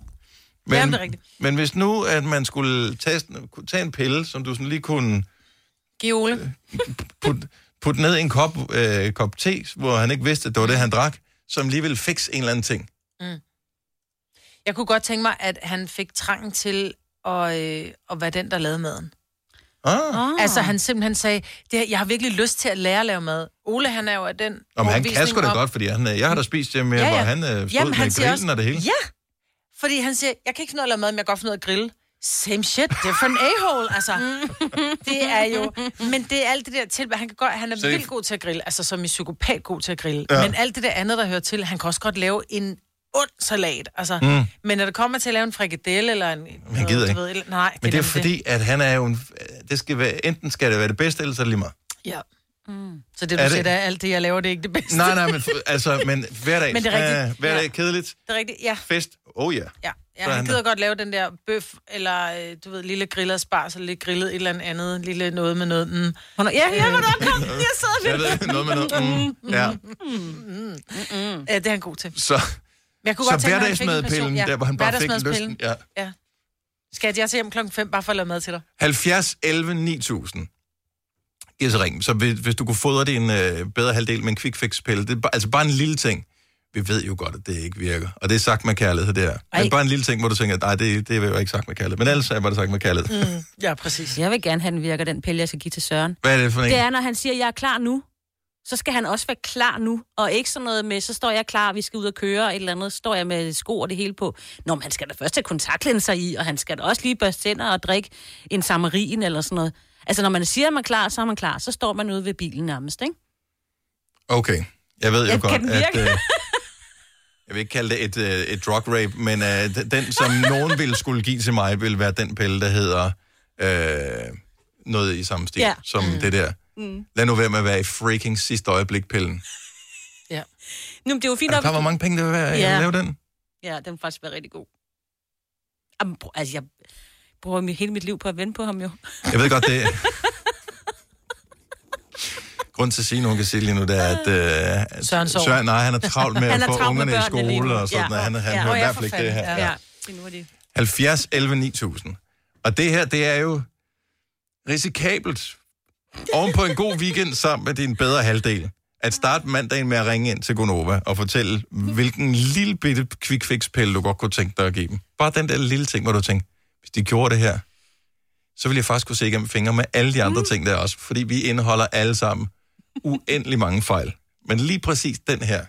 S1: Men,
S2: Jamen, det er rigtigt.
S1: men hvis nu, at man skulle tage, tage en pille, som du sådan lige kunne
S2: Giv Ole.
S1: putte ned i en kop, øh, kop te, hvor han ikke vidste, at det var det, han drak, som lige ville fikse en eller anden ting.
S2: Jeg kunne godt tænke mig, at han fik trangen til at, øh, at være den, der lavede maden.
S1: Ah.
S2: Altså, han simpelthen sagde, det, her- jeg har virkelig lyst til at lære at lave mad. Ole, han er jo af den
S1: Om han kan
S2: overbevisning
S1: sgu da
S2: om-
S1: godt, fordi han, øh, jeg har da spist hjemme, ja, ja. hvor han øh, stod Jamen, med han
S2: siger
S1: grillen og det hele.
S2: Ja, fordi han siger, jeg kan ikke finde ud af at lave mad, men jeg kan godt finde ud af at grille. Same shit, different a-hole, altså. det er jo... Men det er alt det der til, han, kan godt, han er
S3: Se.
S2: vildt god til at grille, altså som i psykopat god til at grille. Ja.
S3: Ja.
S2: Men alt det der andet, der hører til, han kan også godt lave en ond salat, altså.
S1: Mm.
S2: Mm. Men når det kommer til at lave en frikadelle eller en...
S1: han gider
S2: du
S1: ikke.
S2: Ved, eller- nej,
S1: Men det er
S2: nemlig
S1: fordi, at han er jo en... øh, Det skal være, enten skal det være det bedste, eller så er det lige meget.
S2: Ja. Mm. Så det, du er
S1: Er det-
S2: siger, det er alt det, jeg laver, det er ikke det bedste.
S1: Nej, nej, men, f- altså, men hverdag.
S2: Men det er rigtigt,
S1: Øh, hverdag
S2: ja.
S1: ja. kedeligt.
S2: Det er rigtigt, ja.
S1: Fest. Oh ja.
S2: Ja, ja
S1: Så
S2: han
S1: han-
S2: gider godt lave den der bøf, eller øh, du ved, lille grillet spars, eller lidt grillet et eller andet andet, lille noget med noget. Mm. Hvornår, ja, ja, hvornår kom den? Jeg sidder
S1: Jeg ved, noget med noget. Mm, ja.
S2: Mm. Ja, det er han god til.
S1: Så,
S2: Men jeg kunne
S1: så
S2: godt tænke mig, at han fik en
S1: hverdagsmadpillen,
S2: person- ja,
S1: der hvor han bare fik
S2: hverdagsmadspillen.
S1: lysten. Ja.
S2: Ja. Skat, jeg er til hjem klokken 5 bare for at lave mad til dig.
S1: 70, 11, 9000. Giv os et ring. Så hvis, hvis du kunne fodre din øh, bedre halvdel med en quick fix pille, det er bare, altså bare en lille ting. Vi ved jo godt, at det ikke virker. Og det er sagt med kærlighed, det der.
S3: Ej.
S1: Men bare en lille ting, hvor du tænker, nej, det, det er jo ikke sagt med kærlighed. Men ellers er bare det sagt med kærlighed. Mm.
S2: Ja, præcis.
S3: Jeg vil gerne have, den virker, den pille, jeg skal give til Søren.
S1: Hvad er det for en?
S3: Det er, når han siger, at jeg er klar nu, så skal han også være klar nu, og ikke sådan noget med, så står jeg klar, vi skal ud og køre, og et eller andet, så står jeg med sko og det hele på. Nå, men han skal da først have kontaktlinser i, og han skal da også lige børste tænder og drikke en samarin eller sådan noget. Altså, når man siger, at man er klar, så er man klar, så står man ude ved bilen nærmest, ikke?
S1: Okay. Jeg ved jo
S3: Ja,
S1: godt,
S3: kan den
S1: at...
S3: virke?
S1: Øh, jeg vil ikke kalde det et, øh, et drug rape, men øh, d- den, som nogen ville skulle give til mig, ville være den pille, der hedder... Øh, noget i samme stil,
S3: Ja.
S1: ja. som mm. det der.
S3: Mm.
S1: Lad nu være med at være i freaking sidste øjeblik-pillen.
S3: Ja. Nu, men det er jo fint
S1: Er du
S3: nok,
S1: klar,
S3: at
S1: hvor
S3: du-
S1: mange penge det vil være ja.
S3: Ja.
S1: at lave den?
S3: Ja, den vil faktisk være rigtig god. Jamen, br- altså, jeg bruger mit, hele mit liv på at vente på ham jo.
S1: Jeg ved godt, det... Grunden til at sige, hun kan sige lige nu, det er, at, øh, at
S2: Søren sover.
S1: Søren nej, han er travlt med
S2: Han
S1: at
S2: er
S1: få
S2: travlt med
S1: ungerne i
S2: børnene lige
S1: skole
S2: nu.
S1: og sådan
S2: Ja.
S1: noget. Han, han
S2: Ja.
S1: hører
S2: Åh,
S1: i
S2: ja,
S1: hvert fald
S2: for
S1: ikke det
S2: fanden. Ja.
S1: her. Ja.
S2: Ja.
S3: Det nu er det.
S1: 70, 11, 9000. Og det her, det er jo risikabelt. Oven på en god weekend sammen med din bedre halvdel. At starte mandagen med at ringe ind til Gonova og fortælle, hvilken lille bitte quick fix pille du godt kunne tænke dig at give dem. Bare den der lille ting, hvor du tænker, hvis de gjorde det her, så ville jeg faktisk kunne se igennem fingre med alle de andre mm. ting der også. Fordi vi indeholder alle sammen uendelig mange fejl. Men lige præcis den her,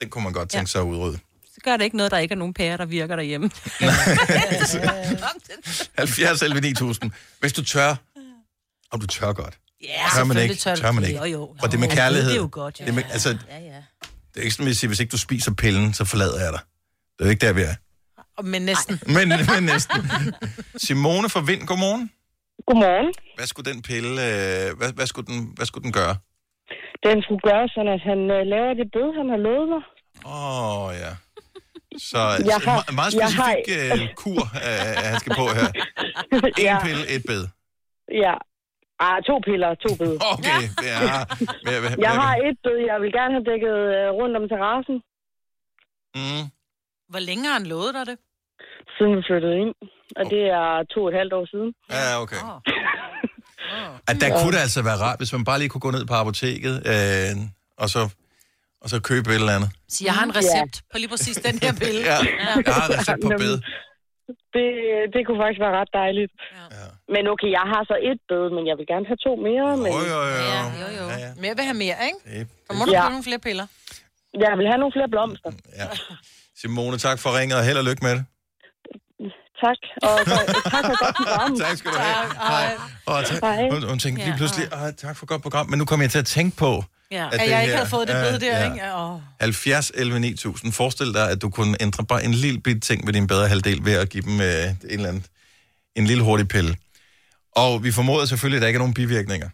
S1: den kunne man godt tænke sig at udrydde.
S3: Så gør det ikke noget, der ikke er nogen pærer, der virker derhjemme.
S1: 70 11 9000. Hvis du tør, og du tør godt.
S3: Ja,
S1: tør man
S3: selvfølgelig
S1: ikke,
S3: tør du
S1: tør man
S3: det.
S1: ikke.
S3: Jo, jo.
S1: Og
S3: Han
S1: det med
S3: ved det
S1: kærlighed.
S3: jo godt, jo.
S1: Det med,
S3: Ja,
S1: altså, det er ikke sådan, at sige, hvis ikke du spiser pillen, så forlader jeg dig. Det er jo ikke der, vi er.
S2: Men næsten.
S1: Men, men næsten. Simone fra Vind, godmorgen.
S12: Godmorgen.
S1: Hvad skulle den pille, øh, hvad, hvad, skulle den, hvad skulle den gøre?
S12: Den skulle gøre sådan, at han øh, laver det bøde, han har lovet mig.
S1: Åh, oh, ja. Så
S12: Jeg har-
S1: en me- meget
S12: jeg har-
S1: specifik øh, kur, øh, han skal på her. En pille, et bed.
S12: Ja. Ah, to piller, to bøde.
S1: Okay, ja. Hvad, hvad,
S12: Jeg
S1: hvad-
S12: har et bøde, jeg vil gerne have dækket øh, rundt om terrassen,
S1: Mm.
S2: Hvor længe har han lovet dig det?
S12: siden vi flyttede ind. Og det er to og et halvt år siden.
S1: Ja, okay. At der kunne det altså være rart, hvis man bare lige kunne gå ned på apoteket, øh, og, så, og så købe et eller andet.
S2: Så jeg har en recept på lige præcis den her pille.
S1: Ja, jeg har en recept på bed.
S12: Det, det kunne faktisk være ret dejligt. Ja. Men okay, jeg har så et bøde, men jeg vil gerne have to mere. Men...
S1: Jo, jo, jo.
S2: Ja, jo, jo. Ja, ja. Men jeg vil have mere, ikke? Så må du
S12: Ja.
S2: købe nogle flere piller.
S12: Jeg vil have nogle flere blomster.
S1: Simone, tak for ringet, og held og lykke med det.
S12: Tak. Og tak for et godt program.
S1: tak skal du have.
S12: Hej.
S1: Og tak,
S12: Hej.
S1: hun, hun tænkte lige
S12: Ja,
S1: pludselig, "Ej, tak for et godt program, men nu kommer jeg til at tænke på,
S2: Ja.
S1: At
S2: At
S1: det
S2: jeg ikke
S1: her-
S2: havde fået det
S1: Ja,
S2: bøde der,
S1: ja.
S2: ikke? Ja, Åh.
S1: 70 11 9000. Forestil dig, at du kunne ændre bare en lille bitte ting ved din bedre halvdel ved at give dem øh, en eller anden, en lille hurtig pille. Og vi formoder selvfølgelig, at der ikke er nogen bivirkninger.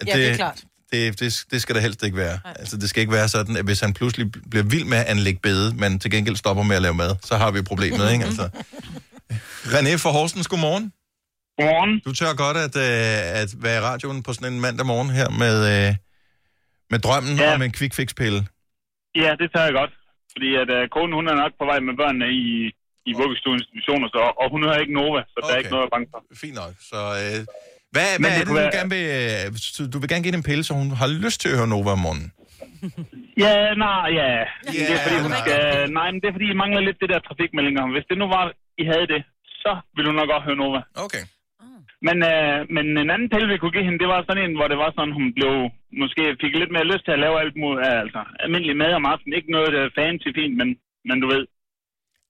S1: At
S2: Ja, det er klart.
S1: Det, det, det skal der helst ikke være. Nej. Altså, det skal ikke være sådan, at hvis han pludselig bl- bliver vild med at anlægge bede, men til gengæld stopper med at lave mad, så har vi problemet, ikke? Altså. René fra Horsens, godmorgen.
S13: Godmorgen.
S1: Du tør godt at, øh, at være i radioen på sådan en mandag morgen her med, øh, med drømmen ja. om en quick fix pille.
S13: Ja, det tager jeg godt. Fordi at uh, konen, hun er nok på vej med børnene i, i vuggestuen institutioner, så, og hun hører ikke Nova, så okay. der er ikke noget at bange for.
S1: Fint nok. Så øh, hvad, hvad er det, du
S13: kunne
S1: gerne vil... øh, så Du vil gerne give hende en pille, så hun har lyst til at høre Nova om morgenen.
S13: Ja, nej, ja.
S1: Ja,
S13: Yeah, det er fordi, hun
S1: nej.
S13: skal... Nej, men det er fordi, I mangler lidt det der trafikmeldinger. Hvis det nu var, I havde det, så ville hun nok godt høre Nova.
S1: Okay.
S13: Men, øh, men en anden pille, vi kunne give hende, det var sådan en, hvor det var sådan, hun blev... Måske fik lidt mere lyst til at lave alt muligt, ja, altså almindelig mad om aftenen. Ikke noget øh, fancy fint, men, men du ved.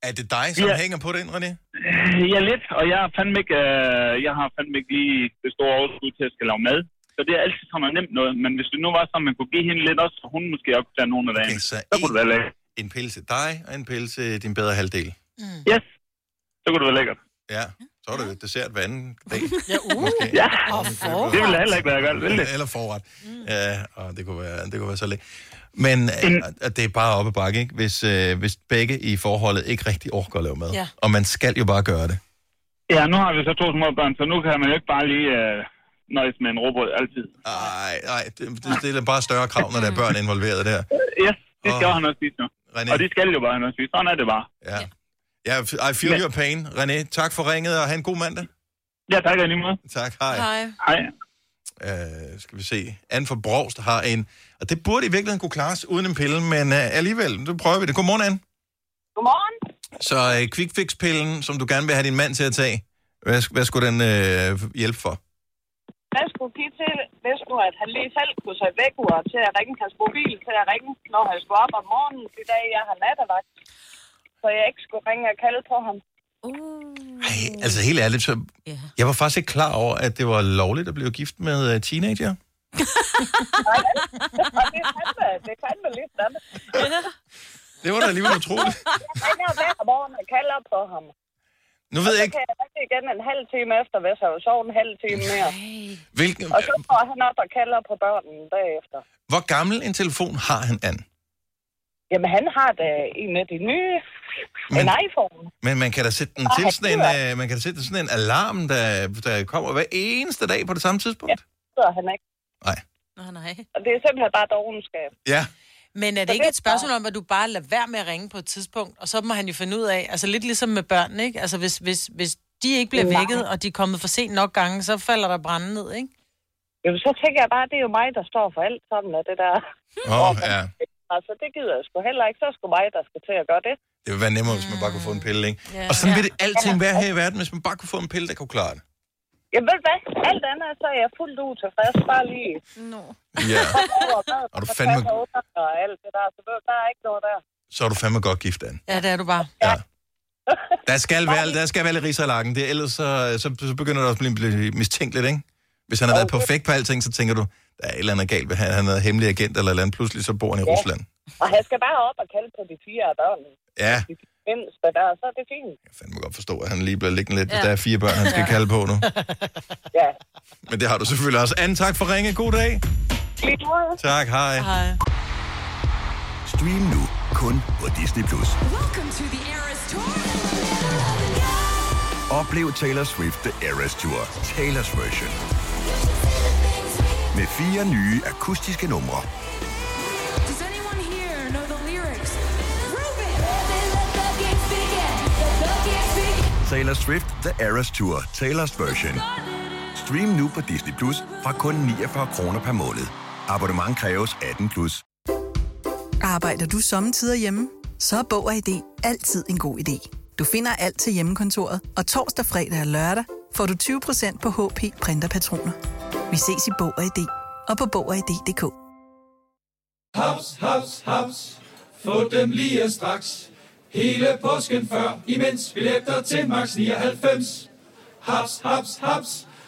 S1: Er det dig, som
S13: Ja.
S1: ja. hænger på den, René?
S13: Øh, Ja, lidt. Og jeg, er fandme ikke, øh, jeg har fandme ikke lige det store overskud til at skal lave mad. Så det er altid sådan noget nemt noget. Men hvis det nu var sådan, man kunne give hende lidt også, så hun måske også kunne tage nogle af dagen.
S1: Okay, så,
S13: så kunne det være lækkert.
S1: En pille til dig, og en pille til din bedre halvdel.
S13: Yes. Så kunne det være lækkert.
S1: Ja, så er det jo dessert hver anden dag.
S2: Ja, uh.
S13: Ja.
S2: Og forret. Mm.
S13: Det ville heller ikke være godt, ville det?
S1: Eller forret. Ja, og det kunne være, det kunne være så lækkert. Men øh, at det er bare op ad bakke, ikke? Hvis, øh, hvis begge i forholdet ikke rigtig orker at lave mad.
S13: Ja.
S1: Og man skal jo bare gøre det.
S13: Ja, nu har vi så to små børn, så nu kan man jo ikke bare lige øh, nøjes med en robot altid.
S1: Nej, nej, det, det stiller bare større krav, når der er børn involveret der.
S13: Yes, det skal han også spise nu.
S1: René.
S13: Og det skal jo bare han også spise. Sådan er det bare.
S1: Ja. Ja, I feel your pain, René. Tak for ringet, og have en god mandag.
S13: Ja, tak lige måde.
S1: Tak, hej.
S2: Hej.
S13: Hej.
S1: Øh, skal vi se. Anne fra Brogst har en, og det burde i virkeligheden kunne klares uden en pille, men øh, alligevel, nu prøver vi det. Godmorgen, Anne.
S14: Godmorgen.
S1: Så øh, quick fix pillen, som du gerne vil have din mand til at tage, hvad, sk- hvad skulle den øh, hjælpe for?
S14: Hvad skulle give til, hvis nu, at han lige selv kunne sætte vækkeur til at ringe hans mobil, til at ringe, når han skulle op om morgenen, de dage, jeg har nattevagt, så jeg ikke skulle ringe og kalde på ham.
S1: Ej, altså helt ærligt, så jeg var faktisk ikke klar over, at det var lovligt at blive gift med øh, teenager.
S14: og det er fandme, det er fandme lidt sådan.
S1: Det var da alligevel utroligt.
S14: Jeg ringer hver morgen og kalder på ham.
S1: Nu ved
S14: og
S1: jeg
S14: så kan jeg ringe igen en halv time efter, hvis jeg jo sovet en halv time mere.
S1: Hvilken,
S14: Og så går han op og kalder på børnene bagefter.
S1: hvor gammel en telefon har han, an?
S14: Jamen, han har da en af de nye. Men... En iPhone.
S1: Men man kan da sætte den
S14: Og
S1: til
S14: han
S1: sådan en, øh, man kan da sætte sådan en alarm, der, der kommer hver eneste dag på det samme tidspunkt.
S14: Så han ikke.
S2: Nå, nej.
S14: Og det er simpelthen bare dogenskab.
S1: Ja.
S2: Men er det ikke et spørgsmål om, at du bare lader være med at ringe på et tidspunkt, og så må han jo finde ud af, altså lidt ligesom med børn, ikke? Altså hvis, hvis, hvis de ikke bliver
S14: Nej.
S2: vækket, og de er kommet for sent nok gange, så falder der branden ned, ikke?
S14: Jamen, så tænker jeg bare, at det er jo mig, der står for alt sammen af det der.
S1: Åh, oh, ja.
S14: Altså, det gider jeg sgu heller ikke. Så er sgu mig, der skal til at gøre det.
S1: Det ville være nemmere, hvis man bare kunne få en pille, ikke? Og sådan vil det alting være her i verden, hvis man bare kunne få en pille, der kunne klare det.
S14: Jamen, ved du hvad? Alt andet, så er jeg fuldt ud tilfreds. Bare lige...
S2: Nå.
S1: Ja.
S14: Og
S1: du
S14: du
S1: fandme-
S14: fandme... Og alt det der, så ved du, der er ikke noget der.
S1: Så er du fandme godt gift, Anne.
S2: Ja, det er du bare.
S1: Der skal være, der skal være lidt ris og lakken. Det, ellers så, så, så begynder det også at blive- blive mistænkeligt, ikke? Hvis han har været perfekt på alting, så tænker du, der er et eller andet galt ved han. Han er hemmelig agent eller et eller andet. Pludselig så bor han i
S14: Ja.
S1: Rusland.
S14: Og han skal bare op og kalde på de fire af børnene.
S1: Ja,
S14: Mindste der, så er det fint.
S1: man kan godt forstå, at han lige bliver liggende lidt.
S14: Ja.
S1: Ja. Der er fire børn, han skal
S14: Ja.
S1: ja. kalde på nu.
S14: Ja.
S1: Men det har du selvfølgelig også. Anne, tak for ringe. God dag.
S14: Lige måde.
S1: Tak, hej.
S2: Hej.
S15: Stream nu kun på Disney+. Plus. Oplev Taylor Swift The Eras Tour, Taylor's version. Med fire nye akustiske numre. Taylor Swift The Eras Tour, Taylor's version. Stream nu på Disney Plus fra kun 49 kroner per måned. Abonnement kræves 18 plus.
S16: Arbejder du sommetider hjemme? Så er Bog og ID altid en god idé. Du finder alt til hjemmekontoret, og torsdag, fredag og lørdag får du 20% på HP Printerpatroner. Vi ses i Bog og ID og på Bog og ID.dk.
S17: Haps, haps, haps. Få dem lige straks. Hele påsken før, imens vi læfter til max 99. Haps, haps, haps.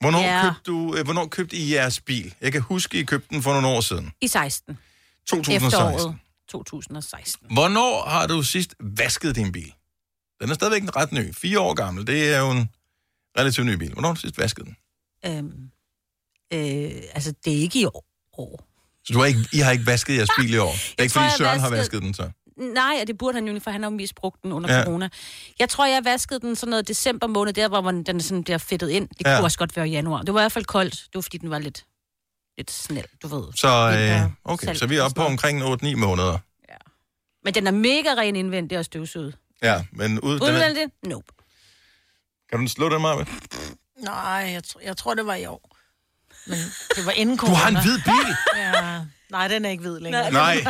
S1: Hvornår,
S3: Ja.
S1: yeah. købte du, øh, hvornår købte I jeres bil? Jeg kan huske, I købte den for nogle år siden.
S3: I 16.
S1: 2016.
S3: Efteråret 2016.
S1: Hvornår har du sidst vasket din bil? Den er stadigvæk en ret ny. Fire år gammel. Det er jo en relativt ny bil. Hvornår har du sidst vasket den?
S3: Øhm, øh, altså, det er ikke i år.
S1: Så du har ikke, I har ikke vasket jeres bil i år? Det er
S3: Jeg
S1: ikke,
S3: tror,
S1: fordi
S3: jeg
S1: Søren har
S3: vaskede-
S1: vasket den så?
S3: Nej, og det burde han jo ikke, for han har jo misbrugt den under
S1: Ja.
S3: ja. corona. Jeg tror, jeg vaskede den sådan noget december måned, der hvor man, den sådan bliver fedtet ind. Det
S1: Ja.
S3: ja. kunne også godt være i januar. Det var i hvert fald koldt. Det var, fordi den var lidt, lidt snel, du ved.
S1: Så,
S3: Vinter,
S1: øh, okay,
S3: salt
S1: så vi er
S3: og
S1: oppe på
S3: sådan
S1: omkring 8-9 måneder.
S3: noget. Men den er mega ren indvendig og støvsuget.
S1: Ja, men ud, den er,
S3: Udvendigt? Nope.
S1: kan du slå den, Marve?
S2: Nej, jeg, tr- jeg tror, det var i år. Men det var inden
S1: Du
S2: corona.
S1: har en hvid bil!
S2: ja. Nej, den er ikke hvid længere.
S1: Nej.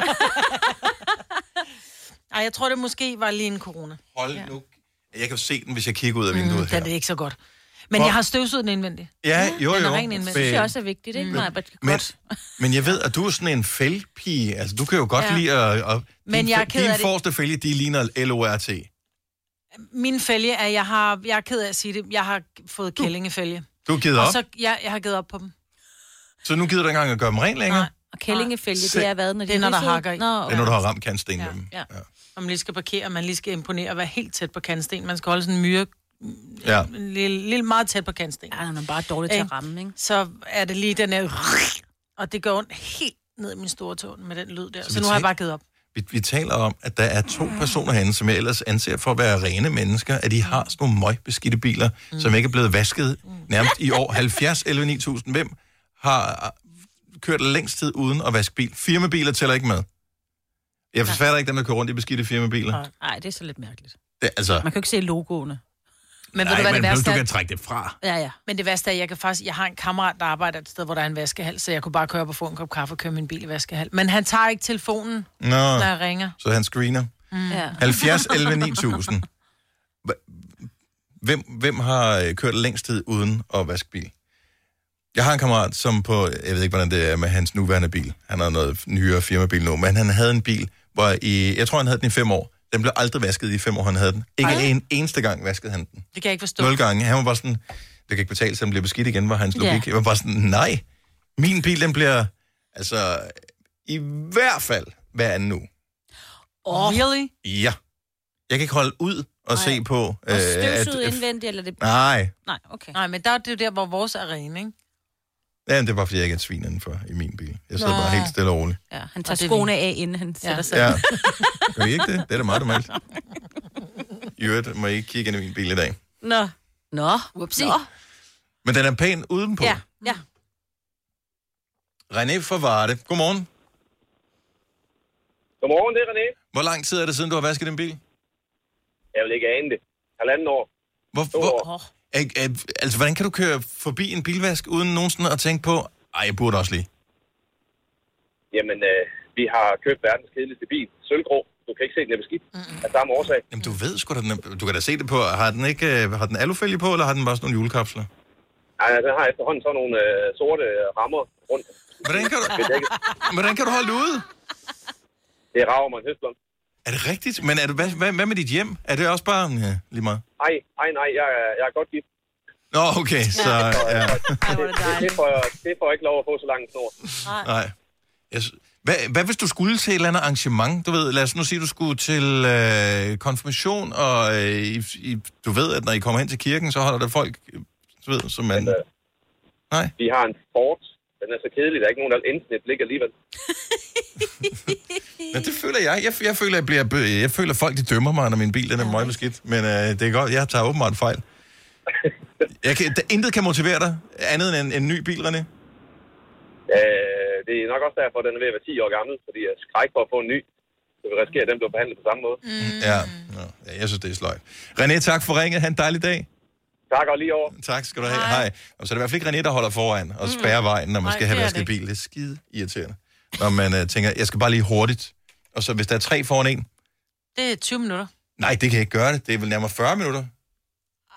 S2: Nej, jeg tror, det måske var lige en corona.
S1: Hold nu. Jeg kan jo se den, hvis jeg kigger ud af
S2: Mm,
S1: vinduet
S2: den
S1: her.
S2: er ikke så godt. Men
S1: Hvor-
S2: jeg har støvsuget den indvendigt.
S1: Ja, jo,
S2: den er
S1: jo.
S2: ren indvendigt.
S1: Men-
S2: Det synes jeg også
S3: er vigtigt, ikke?
S2: Mm.
S3: Nej, but
S1: Men, men jeg ved, at du er sådan en fældpige. Altså, du kan jo godt
S2: Ja.
S1: ja. lide at... at
S2: Men
S1: din,
S2: jeg er ked af
S1: Din
S2: det.
S1: forreste fælge, de ligner LORT.
S2: Min fælge er, jeg har, jeg er ked af at sige det, jeg har fået kællingefælge.
S1: Du har givet op.
S2: Og så, ja, jeg har givet op på dem.
S1: Så nu gider du ikke engang at gøre dem ren længere. Nej.
S3: Og kællingefælge,
S2: Nej.
S3: det er hvad, når de
S2: Det er, når der
S3: ridsede?
S2: hakker i.
S3: Nå,
S1: Det er, når du har ramt kantsten ja. med dem.
S2: Ja. Når man lige skal parkere, man lige skal imponere og være helt tæt på kantsten. Man skal holde sådan en myre,
S1: Ja.
S2: en lille, lille meget tæt på kantsten.
S3: Ja, den er bare dårlig til at ramme, ikke?
S2: Så er det lige den her... Og det går ondt helt ned i min store tå med den lyd der.
S1: Så
S2: Så,
S1: vi
S2: nu har jeg
S1: taler-
S2: bare givet op.
S1: Vi, vi taler om, at der er to personer herinde, som jeg ellers anser for at være rene mennesker, at
S2: Mm.
S1: de har sådan nogle møgbeskidte biler, mm. som ikke er blevet vasket nærmest i år 70 11 9000. Hvem har øh, kørt længst tid uden at vaske bil? Firmabiler tæller ikke med. Jeg forfatter ikke dem, der kører rundt i beskidte firmabiler.
S3: Nej. Nej, det er så lidt mærkeligt.
S1: Det, altså,
S3: Man kan jo ikke se logoerne.
S2: Men
S1: nej,
S2: ved du, hvad det
S1: men
S2: værste
S1: du
S2: er?
S1: kan trække det fra.
S3: Ja, ja.
S2: Men det værste er, at jeg kan faktisk... Jeg har en kammerat, der arbejder et sted, hvor der er en vaskehal, så jeg kunne bare køre op og få en kop kaffe og køre min bil i vaskehal. Men han tager ikke telefonen,
S1: Nå.
S2: når jeg ringer.
S1: Så han screener.
S2: Mm. Ja.
S1: 70 11 9000. Hva- Hvem, hvem har øh, kørt længst tid uden at vaske bil? Jeg har en kammerat, som på, jeg ved ikke, hvordan det er med hans nuværende bil. Han har noget nyere firmabil nu, men han havde en bil, hvor i, jeg tror, han havde den i fem år. Den blev aldrig vasket i fem år, han havde den. Ikke
S2: Ej.
S1: en eneste gang vaskede han den.
S2: Det kan jeg ikke forstå.
S1: Nul gange. Han var bare sådan, det kan ikke betale sig, den bliver beskidt igen, var hans
S2: Ja.
S1: logik. Jeg var bare sådan, nej, min bil, den bliver, altså, i hvert fald hver anden uge.
S3: Oh.
S2: Really?
S1: Ja. Jeg kan ikke holde ud og Ej. se på... øh,
S3: Og
S2: Øh,
S3: støvsuget indvendigt, eller det...
S1: Nej,
S3: Nej, okay.
S2: Nej, men der, det er jo der, hvor vores er ren, ikke?
S1: ja, det er bare, fordi jeg ikke er et svin indenfor i min bil. Jeg sidder
S2: Nå.
S1: bare helt stille og roligt.
S3: Ja, han tager
S2: Og det er
S3: skoene af, inden han sætter sig.
S1: Ja. Gør I ikke det? Det er da meget normalt. I øvrigt må I ikke kigge ind i min bil i dag.
S3: Nå. Nå, whoopsie. Nå.
S1: Men den er pæn udenpå. Ja.
S3: Ja.
S1: René fra Varde. Godmorgen.
S18: Godmorgen, det er René.
S1: Hvor lang tid er det siden, du har vasket din bil?
S18: Jeg vil ikke ane det. Halvanden år.
S1: Hvor, hvor, er, er, altså, hvordan kan du køre forbi en bilvask, uden nogensinde at tænke på, ej, jeg burde også lige.
S18: Jamen, øh, vi har købt verdens kedeligste bil. Sølvgrå. Du kan ikke se, den er beskidt. Af samme årsag.
S1: Jamen, du ved sgu da, den er, du kan da se det på, har den ikke, øh, har den alufælge på, eller har den bare sådan nogle julekapsler?
S18: Ej, altså, den har efterhånden sådan nogle øh, sorte rammer rundt.
S1: Hvordan kan du, hvordan kan du holde det ude?
S18: Det rager mig en høstblom.
S1: Er det rigtigt? Men er det, hvad, hvad, hvad med dit hjem? Er det også bare ja, lige meget?
S18: Ej, ej, nej, jeg, er- jeg er godt gift.
S1: Nå, okay, så ja.
S18: Det, det, det, får, jeg- det får jeg ikke lov at få så langt snor.
S1: Nej. Jeg, sy- hvad, hvad hvis du skulle til et eller andet arrangement? Du ved, lad os nu sige, du skulle til øh, konfirmation, og øh, I, I, du ved, at når I kommer hen til kirken, så holder der folk, øh, du ved, som man... Nej.
S18: Vi har en Ford. Den er så kedelig, der er ikke nogen, der enten et blik alligevel.
S1: Men det føler jeg. Jeg, jeg føler, jeg, bliver, bø- jeg føler, folk de dømmer mig, når min bil den er møgbeskidt. Men øh, det er godt, jeg tager åbenbart fejl. Jeg kan, der, intet kan motivere dig, andet end en, en ny bil, René.
S18: Øh, det er nok også derfor, at den er ved at være 10 år gammel, fordi jeg skræk for at få en ny. Så vi risikerer, at den bliver behandlet på samme måde.
S1: Ja. Nå, ja, jeg synes, det er sløjt. René, tak for ringet. Ha' en dejlig dag.
S18: Tak og lige over.
S1: Tak skal du have. Hej. Og så er det i hvert fald ikke René, der holder foran og spærrer vejen, når man
S18: Mm. Nej,
S1: skal
S18: det
S1: have
S18: er
S1: vasket
S18: det
S1: bil. Det er skide irriterende. Når man øh, tænker, jeg skal bare lige hurtigt. Og så hvis der er tre foran en,
S2: Det er 20 minutter.
S1: nej, det kan jeg ikke gøre det. Det er vel nærmere 40 minutter.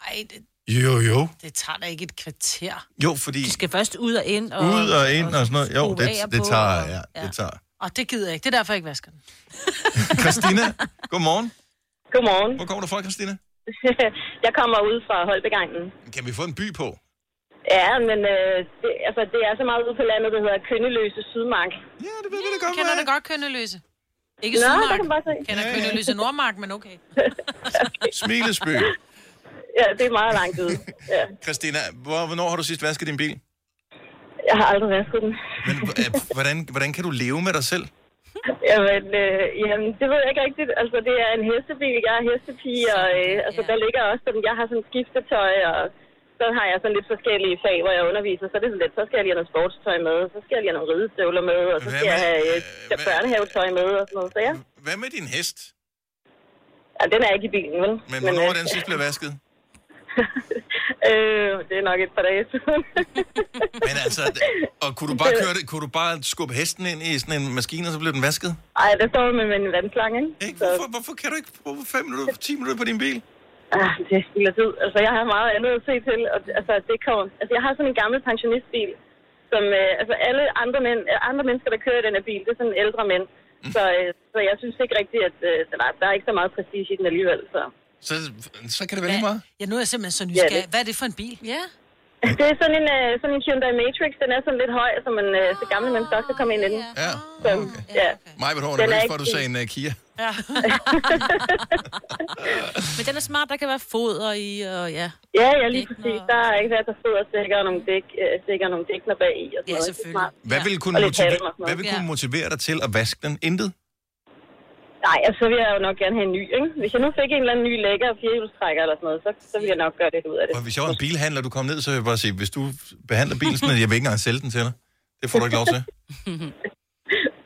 S2: Ej, det,
S1: Jo, jo.
S2: det tager da ikke et kvarter.
S1: Jo, fordi
S3: Du skal først ud og ind. Og,
S1: ud og ind og sådan noget. Jo,
S3: skrue
S1: det,
S3: af og
S1: det
S3: på,
S1: tager,
S3: og-
S1: ja, det tager.
S2: Og det gider jeg ikke. Det er derfor, jeg ikke vasker den.
S1: Christina, godmorgen.
S19: Godmorgen.
S1: Hvor kommer du fra, Christina?
S19: jeg kommer ud fra Holbegangen.
S1: Kan vi få en by på?
S19: Ja, men øh, det, altså, det er så meget ude på landet, der hedder Kønneløse Sydmark.
S1: Ja, det ved vi da
S2: godt, kender det godt, kønneløse. Ikke
S19: Nå,
S2: Nå,
S19: der
S2: Sydmark.
S19: kan man bare se.
S2: Kender
S19: Ja, ja.
S2: kønneløse Nordmark, men okay.
S1: Smilesby.
S19: Ja, det er meget langt ude. Ja.
S1: Christina, hvor, hvornår har du sidst vasket din bil? øh,
S19: Jeg har aldrig vasket den.
S1: Hvordan, hvordan kan du leve med dig selv?
S19: Jamen, øh, jamen, det ved jeg ikke rigtigt. Altså, det er en hestebil. Jeg er hestepige, og øh, altså, der ligger også sådan, jeg har sådan skiftetøj, og så har jeg sådan lidt forskellige fag, hvor jeg underviser. Så er det sådan lidt, så skal jeg lige have noget sportstøj med, så skal jeg lige have nogle ridestøvler med, og så skal jeg have øh, børnehavetøj med og sådan noget. Så ja.
S1: Hvad med din hest?
S19: ja, den er ikke i bilen, vel?
S1: Men hvornår
S19: øh,
S1: er den sidst blevet vasket?
S19: Øh, det er nok et par dage siden.
S1: Men altså, og kunne du bare køre det, kunne du bare skubbe hesten ind i sådan en maskine, og så blev den vasket?
S19: Ej, der står man med en vandslange, ikke?
S1: Ikke? Hvorfor, hvorfor kan du ikke bruge 5 minutter, 10 minutter på din bil?
S19: Ah, det er spild af tid. Altså, jeg har meget andet at se til, og det- altså, det kommer... Altså, jeg har sådan en gammel pensionistbil, som... Øh, altså, alle andre, mænd, øh, andre mennesker, der kører i den her bil, det er sådan ældre mænd.
S1: Mm.
S19: Så, øh, så jeg synes ikke rigtigt, at øh, der, der er ikke så meget prestige i den alligevel, så...
S1: Så, så kan det være lige meget.
S2: Ja, nu er jeg simpelthen så nysgerrig. Hvad er det for en bil? Ja.
S1: Mm.
S19: Det er sådan en, øh, sådan en Hyundai Matrix, den er sådan lidt høj, så, man, øh, så gamle mennesker også kan komme ind i den.
S1: Ja.
S19: Så, ja.
S1: Mig vil
S19: Den er
S1: hårdt nervøs for, at
S19: ikke
S1: du sagde en uh, Kia.
S3: Ja. Men den er smart, der kan være foder i, og ja.
S19: Ja, ja, lige præcis. Der er ikke været, der sidder og stikker nogle dæk, øh, stikker nogle dækner bag i. Og sådan ja, selvfølgelig.
S1: Hvad ville kunne, motivere, hvad ville kunne motivere dig til at vaske den? Intet?
S19: Nej, altså, så vil jeg jo nok gerne have en ny, ikke? Hvis jeg nu fik en eller anden ny lækker firehjulstrækker eller sådan noget, så, så vil jeg nok gøre lidt ud af det.
S1: Og hvis jeg var en bilhandler, du kom ned, så ville jeg bare sige, hvis du behandler bilen sådan, at jeg vil ikke engang sælge den til dig. Det får du ikke lov til.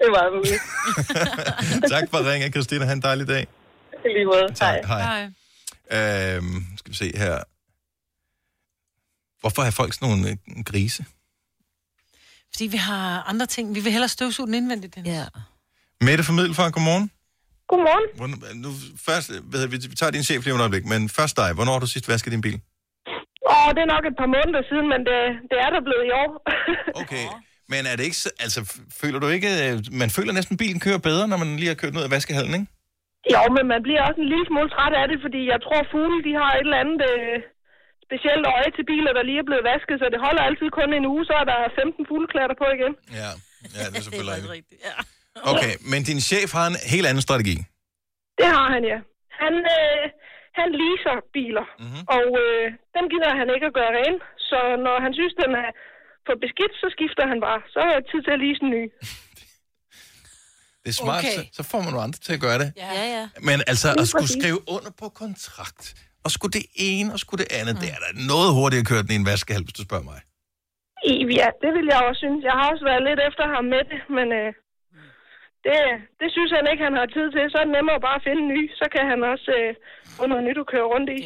S19: Det var muligt.
S1: tak for at ringe, Christina. Ha' en dejlig dag.
S19: I lige måde.
S1: Tak. Hej. Øhm, skal vi se her. Hvorfor har folk sådan nogle øh, grise?
S2: Fordi vi har andre ting. Vi vil hellere støvsuge den indvendigt, Dennis. Ja.
S1: Mette fra Middelfart, godmorgen.
S19: Godmorgen.
S1: Hvornår, nu først, ved jeg, vi vi tager din chef lige om et øjeblik, men først dig. Hvornår har du sidst vasket din bil?
S19: Åh, det er nok et par måneder siden, men det, det er der blevet i år.
S1: Okay. Men er det ikke, så- altså f- føler du ikke, øh, man føler næsten, bilen kører bedre, når man lige har kørt ned af vaskehallen, ikke?
S19: jo, men man bliver også en lille smule træt af det, fordi jeg tror, fugle de har et eller andet øh, specielt øje til biler, der lige er blevet vasket, så det holder altid kun en uge, så er der 15 fugleklæder på igen.
S1: Ja, ja det er selvfølgelig rigtigt. Ja. Okay, men din chef har en helt anden strategi.
S19: Det har han, ja. Han, øh, han leaser biler,
S1: Mhm.
S19: mm-hmm. og øh, dem gider han ikke at gøre ren. Så når han synes, den er for beskidt, så skifter han bare. Så er det tid til at lease en ny.
S1: Det er smart,
S19: Okay.
S1: okay. så, så får man nogle andre til at gøre det.
S19: Ja, ja.
S1: Men altså,
S19: Lige
S1: at skulle
S19: præcis.
S1: skrive under på kontrakt, og skulle det ene, og skulle det andet, mm. det er da noget hurtigere kørt end i en vaskehal, hvis du spørger mig.
S19: Ja, det vil jeg også synes. Jeg har også været lidt efter ham med det, men øh, det, det synes han ikke, han har tid til. Så er det nemmere bare at finde en ny. Så kan han også øh, få noget nyt at køre rundt i.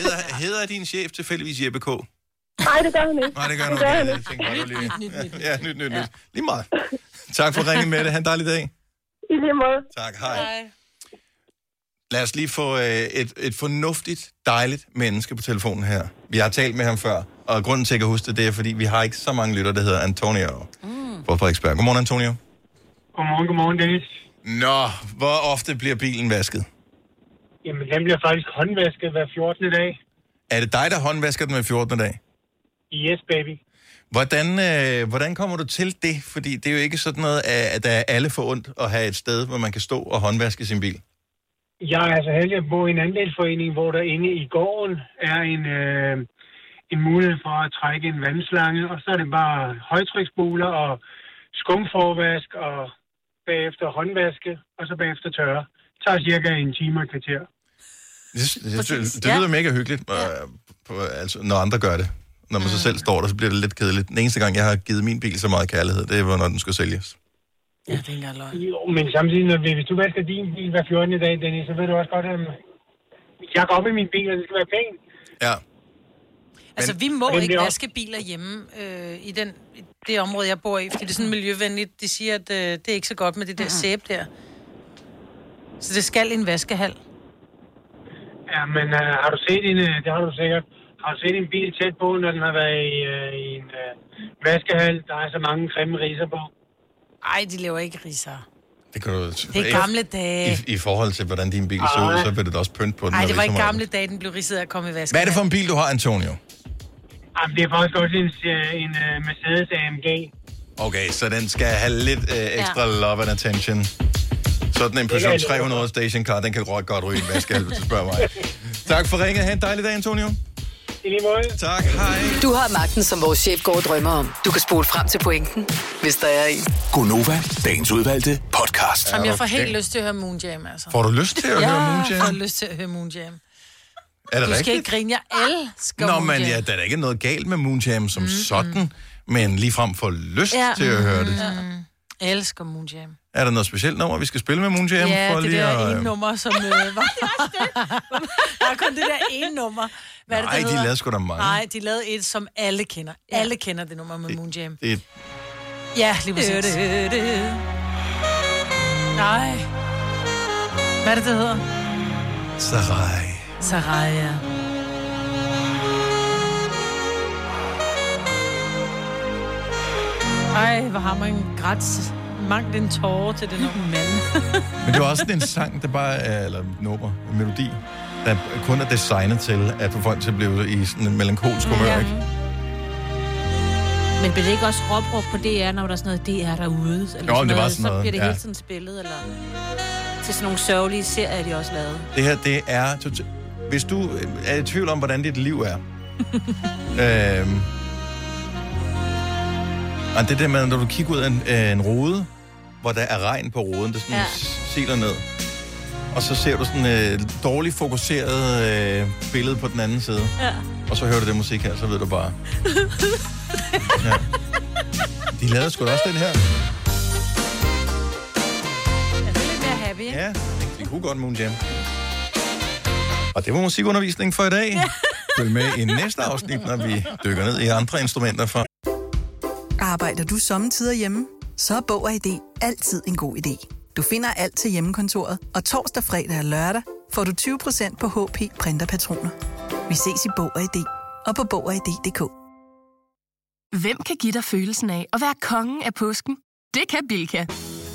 S1: Hedder, hedder din chef tilfældigvis Jeppe K?
S19: Nej, det gør han ikke.
S1: Nej, det gør han
S19: det gør
S1: ikke.
S19: han
S1: Jeg tænkte bare, det var lige... Ja, nyt, nyt, nyt. Lige meget. Tak for ringen med det. Ha' en dejlig dag.
S19: I lige måde.
S1: Tak, hej. Lad os lige få øh, et, et fornuftigt, dejligt menneske på telefonen her. Vi har talt med ham før, og grunden til, at jeg kan huske det, det er, fordi vi har ikke så mange lytter, der hedder Antonio mm. fra Frederiksberg. Godmorgen, Antonio.
S6: Godmorgen, godmorgen, Dennis.
S1: Nå, hvor ofte bliver bilen vasket?
S6: Jamen, den bliver faktisk håndvasket hver 14. dag.
S1: Er det dig, der håndvasker den hver 14. dag?
S6: Yes, baby.
S1: Hvordan, øh, hvordan kommer du til det? Fordi det er jo ikke sådan noget, at at der er alle for ondt at have et sted, hvor man kan stå og håndvaske sin bil.
S6: Jeg er altså heldig at bo i en andelsforening, hvor der inde i gården er en, øh, en mulighed for at trække en vandslange, og så er det bare højtryksbuler og skumforvask og bagefter håndvaske, og så bagefter tørre. Det tager cirka en time og et kvarter.
S1: Det, det,
S6: Præcis,
S1: det
S6: ja.
S1: lyder mega hyggeligt, ja. på, altså, når andre gør det. Når man så
S2: Mm.
S1: selv står der, så bliver det lidt kedeligt. Den eneste gang, jeg har givet min bil så meget kærlighed, det var, når den skulle sælges.
S6: Ja, det er ikke løgn. Jo, men samtidig, når, hvis du vasker din bil hver 14. dag, Dennis, så ved du også godt, at jeg går op i min bil, og det skal være pænt.
S1: Ja.
S2: Altså, vi må
S6: Men det
S2: ikke
S6: er også-
S2: vaske biler hjemme øh, i den, i det område, jeg bor i, fordi det er sådan miljøvenligt. De siger, at øh, det er ikke så godt med det der sæbe der. Så det skal i en vaskehal.
S6: Ja, men uh, har du set en, øh, det har du sikkert, har du set en bil tæt på, når den har været i, uh, i en uh, vaskehal? Der er så mange grimme riser på.
S2: Ej, de laver ikke riser.
S1: Det, kan du,
S2: Det er gamle dage.
S1: I, I forhold til, hvordan din bil så ud,
S2: Ej.
S1: så blev det da også pynt på den.
S2: Nej,
S1: når
S2: det var ikke
S1: rigtig meget.
S2: gamle dage, den blev ridset af at komme i vaskehal.
S1: Hvad er det for en bil, du har, Antonio?
S6: Jamen, det er faktisk også en, øh, en uh, Mercedes AMG.
S1: Okay, så den skal have lidt øh, ekstra ja. love and attention. Sådan en Peugeot 300 stationcar, den kan råt godt ryge i en vaskehal, hvis du spørger mig. Tak for ringet. Ha' en dejlig dag, Antonio.
S6: I lige måde.
S1: Tak, hej.
S5: Du har magten, som vores chef går og drømmer om. Du kan spole frem til pointen, hvis der er en.
S4: Gonova, dagens udvalgte podcast.
S2: Jamen, jeg får helt lyst til at høre Moonjam, altså.
S1: Får du lyst til at høre Moonjam?
S2: Jeg får lyst til at høre Moonjam.
S1: Er det
S2: du skal
S1: rigtigt?
S2: ikke grine, jeg elsker
S1: Nå,
S2: Moonjam. Mhm.
S1: men ja, der er da ikke noget galt med Moonjam som mm, sådan, men ligefrem for lyst ja. til at høre det.
S2: Ja. Jeg elsker Moonjam.
S1: Er der noget specielt nummer, vi skal spille med Moonjam?
S2: ja,
S1: for
S2: det
S1: lige
S2: der
S1: at, øhm,
S2: ene nummer, som øh, var... det Der er kun det der ene nummer. Hvad er det,
S1: Nej,
S2: det
S1: de
S2: hedder?
S1: lavede sgu da mange.
S2: Nej, de lavede et, som alle kender. Alle kender det nummer med Moonjam.
S1: Det,
S2: Ja, lige præcis. Nej. Hvad er det, det hedder?
S1: Sarai.
S2: Sarai, ja. Ej, hvor har man en græts. Mangt en tårer til den unge mand.
S1: Men det var også sådan en sang, der bare er, eller nummer, en melodi, der kun er designet til at få folk til at blive i sådan en melankolsk humør, ikke?
S3: Men bliver det ikke også råbrugt på DR, når der er sådan noget DR derude? Eller sådan
S1: det var
S3: noget,
S1: sådan
S3: Så
S1: noget,
S3: bliver det
S1: ja.
S3: hele tiden spillet, eller... Til sådan nogle sørgelige serier, de også lavet.
S1: Det her, det er... tota- Hvis du er i tvivl om, hvordan dit liv er... øhm, og det der med, når du kigger ud af en, øh, en rode, hvor der er regn på roden, der sådan ja.
S20: Ja.
S1: siler ned. Og så ser du sådan et øh, dårligt fokuseret øh, billede på den anden side.
S20: Ja.
S1: Og så hører du det musik her, så ved du bare... Ja. De lavede sgu da også den her.
S2: Er det lidt mere happy, ikke?
S1: Ja. Det kunne godt Moon Jam. Og det var musikundervisning for i dag. Følg med i næste afsnit, når vi dykker ned i andre instrumenter fra
S16: Arbejder du sommetider hjemme? Så er Bog og ID altid en god idé. Du finder alt til hjemmekontoret, og torsdag, fredag og lørdag får du 20% på HP printerpatroner. Vi ses i Bog og ID og på Bog og ID.dk.
S7: Hvem kan give dig følelsen af at være kongen af påsken? Det kan Bilka!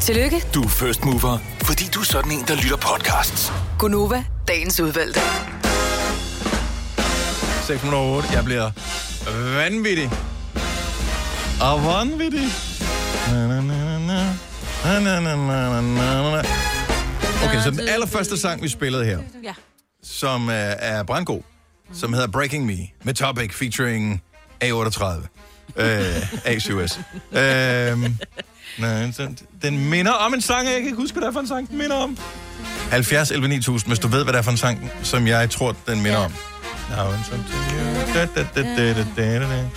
S5: Tillykke,
S4: Du er first mover, fordi du er sådan en, der lytter podcasts.
S5: Gunova, dagens udvalgte.
S1: 608. Jeg bliver vanvittig. Og vanvittig. Na, na, na, na, na. Na, na, na, na, na, na. Okay, så den allerførste sang, vi spillede her,
S3: Ja.
S1: som øh, er brandgod, som hedder Breaking Me, med Topic featuring A38. Øh, A7S. Øh, nej, den, den minder om en sang, jeg kan ikke huske, hvad det er for en sang, den minder om. 70 11 9000, hvis du ved, hvad det er for en sang, som jeg tror, den minder om. Now and something you- da, da, da, da, da, da, da.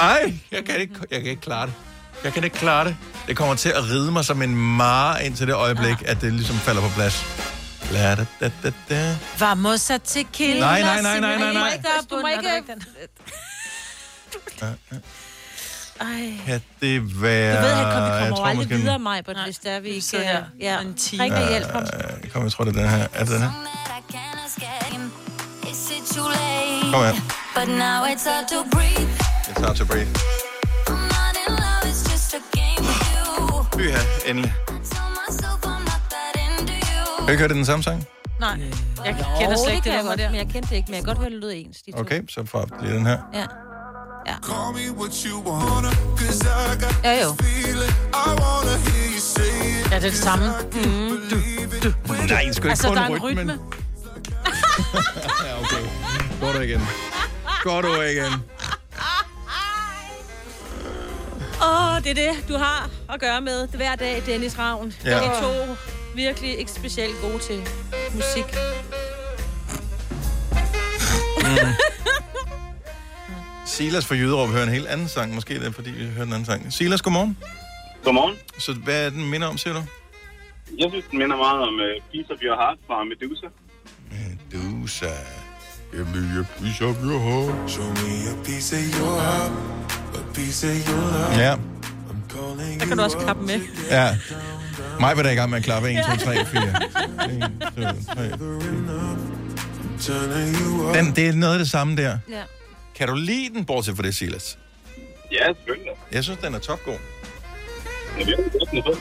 S1: Ej, jeg kan, ikke, jeg kan ikke klare det. Jeg kan ikke klare det. Det kommer til at ride mig som en mare indtil det øjeblik, at det ligesom falder på plads. La, da, da, da, da.
S2: Var modsat til kilder.
S1: Nej, nej, nej, nej, nej, nej.
S2: Du må ikke...
S3: Ej.
S1: Kan det
S3: Du
S1: være...
S3: ved, han kom, vi
S1: jeg
S3: kommer
S1: tror
S3: jo aldrig
S1: måske-
S3: videre, mig, hvis det er, vi ikke...
S2: her
S3: øh, ja.
S2: en time.
S3: Ring og hjælp ham.
S1: Øh, Kom, jeg tror, det er den her. Er det den her? Kom her.
S20: But now it's hard to breathe.
S1: Jeg tager til breathe.
S20: I'm not in love, it's just a game with you.
S1: Byha, endelig.
S20: Tell myself I'm not that into
S1: Har I
S20: you.
S1: ikke hørt den samme sang?
S3: Nej. Jeg
S2: kender slet ikke det
S3: det,
S2: nummer
S3: godt,
S2: der.
S3: men jeg kendte det ikke, men jeg kan godt høre, det lyder ens. De to.
S1: Okay, så får jeg lige den her.
S3: Ja. Ja.
S21: Call me what you wanna, cause I got
S3: Jo,
S21: I
S3: jo.
S21: wanna hear you say it.
S2: Ja, det er det samme. Mm. Du, du.
S1: Nej, det er sgu ikke
S2: altså,
S1: kun
S2: der er en
S1: rytmen.
S2: rytme.
S1: ja, okay. Går du igen. Går du igen.
S3: Åh, oh, det er det, du har at gøre med hver dag, Dennis Ravn.
S1: Ja.
S3: Ja. Det er to virkelig ikke specielt gode til musik.
S1: Silas fra Jyderup hører en helt anden sang. Måske det er, fordi vi hører en anden sang. Silas, godmorgen.
S22: Godmorgen.
S1: Så hvad er den minder om, siger du?
S22: Jeg synes, den minder meget om uh, Piece of Your Heart fra Medusa.
S1: Du sagde... Give me a piece of your heart.
S21: Show me a piece of your heart, a piece of your love.
S1: Ja,
S3: Der kan du også kappe med.
S1: ja. Mig var da i gang med at klappe. 1, 2, 3, 4. Den, det er noget af det samme der.
S3: Ja.
S1: Kan du lide den, bortset fra det, Silas?
S22: Ja, selvfølgelig.
S1: Jeg synes, den er topgod.
S22: Jeg ved ikke, den er fed.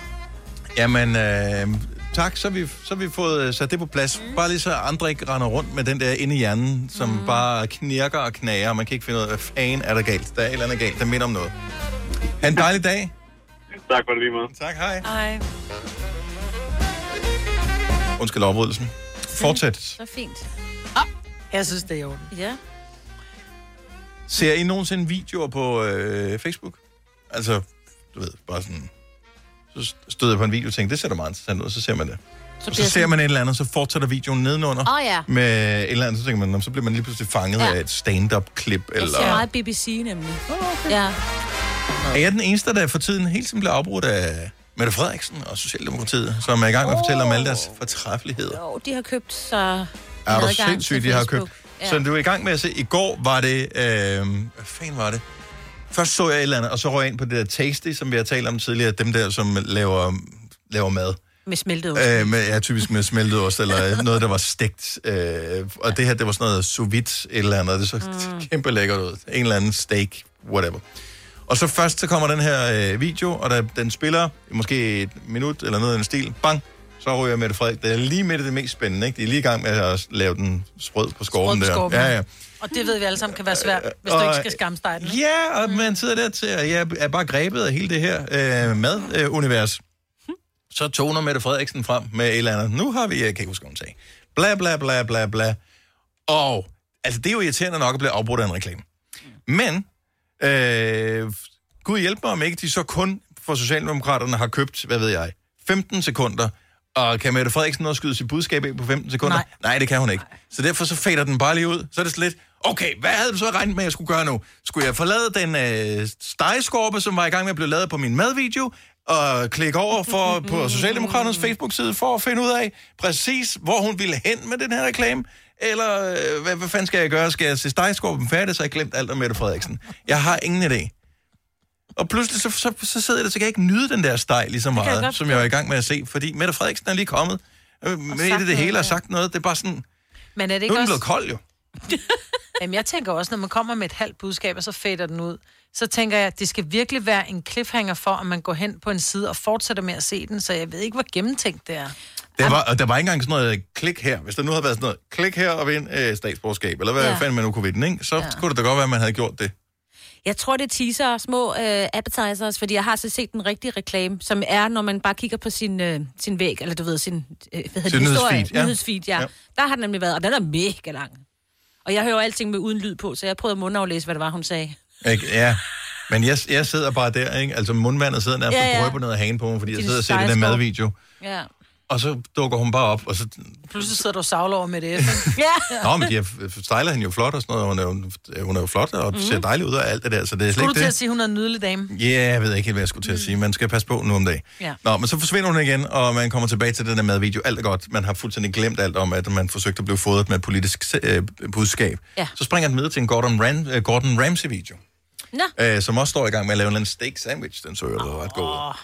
S1: Jamen, øh, tak. Så har vi, så har vi fået øh, sat det på plads. Bare lige så andre ikke render rundt med den der inde i hjernen, som mm. bare knirker og knager, og man kan ikke finde ud af, hvad fanden er der galt. Der er et eller andet galt, der minder om noget. Ha' en dejlig dag.
S22: Tak for det lige meget.
S1: Tak, hej.
S2: Ej.
S1: Undskyld afbrydelsen. Fortsæt.
S3: Så fint.
S2: Jeg synes, det er i orden.
S3: Ja.
S1: Ser I nogensinde videoer på øh, Facebook? Altså, du ved, bare sådan... Så støder jeg på en video og tænker, det ser da meget interessant ud, og så ser man det.
S3: Så
S1: Så,
S3: bliver
S1: så ser
S3: sådan-
S1: man et eller andet, så fortsætter videoen nedenunder.
S3: Åh, ja.
S1: Med et eller andet, så tænker man, "Nå, så bliver man lige pludselig fanget
S3: Ja.
S1: ja. af et stand-up-klip.
S3: Jeg
S1: Eller...
S3: ser meget BBC nemlig. Ja.
S1: Er jeg den eneste, der for tiden hele tiden bliver afbrudt af Mette Frederiksen og Socialdemokratiet, som er i gang med at fortælle om alle deres fortræffeligheder?
S3: Og de har købt sig...
S1: Er du
S3: adgang til
S1: sindssygt, de har købt?
S3: Facebook.
S1: Ja. Så du er i gang med at se, i går var det, øh, hvad fanden var det? Først så jeg et eller andet, og så røg jeg ind på det der Tasty, som vi har talt om tidligere, dem der, som laver, laver mad.
S3: Med smeltet ost.
S1: Øh, med, ja, typisk med smeltet ost, eller noget, der var stegt. Øh, og det her, det var sådan noget sous vide, et eller andet. Det så mm. kæmpe lækkert ud. En eller anden steak, whatever. Og så først, så kommer den her øh, video, og der, den spiller i måske et minut eller noget i den stil. Bang! Så ryger Mette Frederik. Det er lige midt i det mest spændende, ikke? De er lige i gang med at lave den sprød på skorpen der.
S2: skorpen.
S1: Ja, ja.
S2: Og det ved vi alle sammen kan være svært, hvis du
S1: Og-
S2: ikke skal skamme dig. den, ikke?
S1: Ja, og man sidder der til, at jeg er bare grebet af hele det her øh, madunivers. Så toner Mette Frederiksen frem med et eller andet. Nu har vi, jeg kan ikke huske, hvad hun sagde. Bla, bla, bla, bla, bla. Og, altså det er jo irriterende nok at blive afbrudt af en reklame. Men, øh, Gud hjælp mig om ikke, de så kun for Socialdemokraterne har købt, hvad ved jeg, 15 sekunder. Og kan Mette Frederiksen også skyde sit budskab ind på 15 sekunder? Nej. Nej, det kan hun ikke. Så derfor så fader den bare lige ud. Så er det sådan lidt, okay, hvad havde du så regnet med, at jeg skulle gøre nu? Skulle jeg forlade den øh, stegeskorpe, som var i gang med at blive lavet på min madvideo, og klikke over for, på Socialdemokraternes Facebook-side for at finde ud af præcis, hvor hun ville hen med den her reklame? Eller øh, hvad, hvad fanden skal jeg gøre? Skal jeg se stegeskorpen færdig, så har jeg glemt alt om Mette Frederiksen? Jeg har ingen idé. Og pludselig så, så, så sidder jeg der, så kan jeg ikke nyde den der steg lige så
S8: kan jeg
S1: meget,
S8: godt
S1: som jeg var i gang med at se, fordi Mette Frederiksen er lige kommet øh, med
S2: sagt
S1: i det
S2: noget,
S1: hele og
S2: ja.
S1: sagt noget. Det er bare sådan,
S2: Men er det
S1: nu
S2: ikke
S1: er den
S2: også...
S1: blevet kold jo.
S2: Jamen, jeg tænker også, når man kommer med et halvt budskab, og så fader den ud, så tænker jeg, at det skal virkelig være en cliffhanger for, at man går hen på en side og fortsætter med at se den, så jeg ved ikke, hvor gennemtænkt det er.
S1: Der var, og der var ikke engang sådan noget øh, klik her. Hvis der nu havde været sådan noget klik her og vind øh, statsborgerskab, eller hvad
S3: Ja.
S1: ja. fanden man nu kunne ved den, ikke? så
S3: Ja.
S1: ja. kunne det da godt være, at man havde gjort det.
S3: Jeg tror, det teaser små øh, appetizers, fordi jeg har så set den rigtige reklame, som er, når man bare kigger på sin, øh, sin væg, eller du ved, sin, øh, hvad
S1: Sin
S3: hedder det, historie?
S1: nyhedsfeed, ja.
S3: Nyhedsfeed, ja. ja. Der har den nemlig været, og den er mega lang. Og jeg hører jo alting med uden lyd på, så jeg prøvede at mundaflæse, hvad det var, hun sagde.
S1: Ikke? Ja. Men jeg, jeg sidder bare der, ikke? Altså mundvandet sidder nærmest
S3: Ja,
S1: ja,
S3: ja.
S1: ja. på ned af hagen på mig, fordi jeg
S2: Din
S1: sidder og ser den der
S2: stegeskorpe.
S1: madvideo.
S3: Ja.
S1: Og så dukker hun bare op, og så...
S2: Pludselig sidder du og savler over med det. ikke?
S1: Ja. Nå, men de har- styler hende jo flot og sådan noget, og hun er jo, hun er jo flot og mm. ser
S2: Mhm.
S1: dejlig ud og alt det der, så det er slet
S2: Skulle du
S1: ikke
S2: til
S1: det.
S2: at sige, at hun er en nydelig dame?
S1: Ja, jeg ved ikke helt, hvad jeg skulle til at sige. Man skal passe på nu om dagen.
S2: Ja.
S1: Nå, men så forsvinder hun igen, og man kommer tilbage til den der madvideo. Alt er godt. Man har fuldstændig glemt alt om, at man forsøgte at blive fodret med et politisk øh, budskab.
S3: Ja.
S1: Så springer den med til en Gordon, Ram, øh, Gordon Ramsay-video,
S3: Nå.
S1: øh, som også står i gang med at lave en eller anden steak sandwich. Den så jo oh. ret god ud.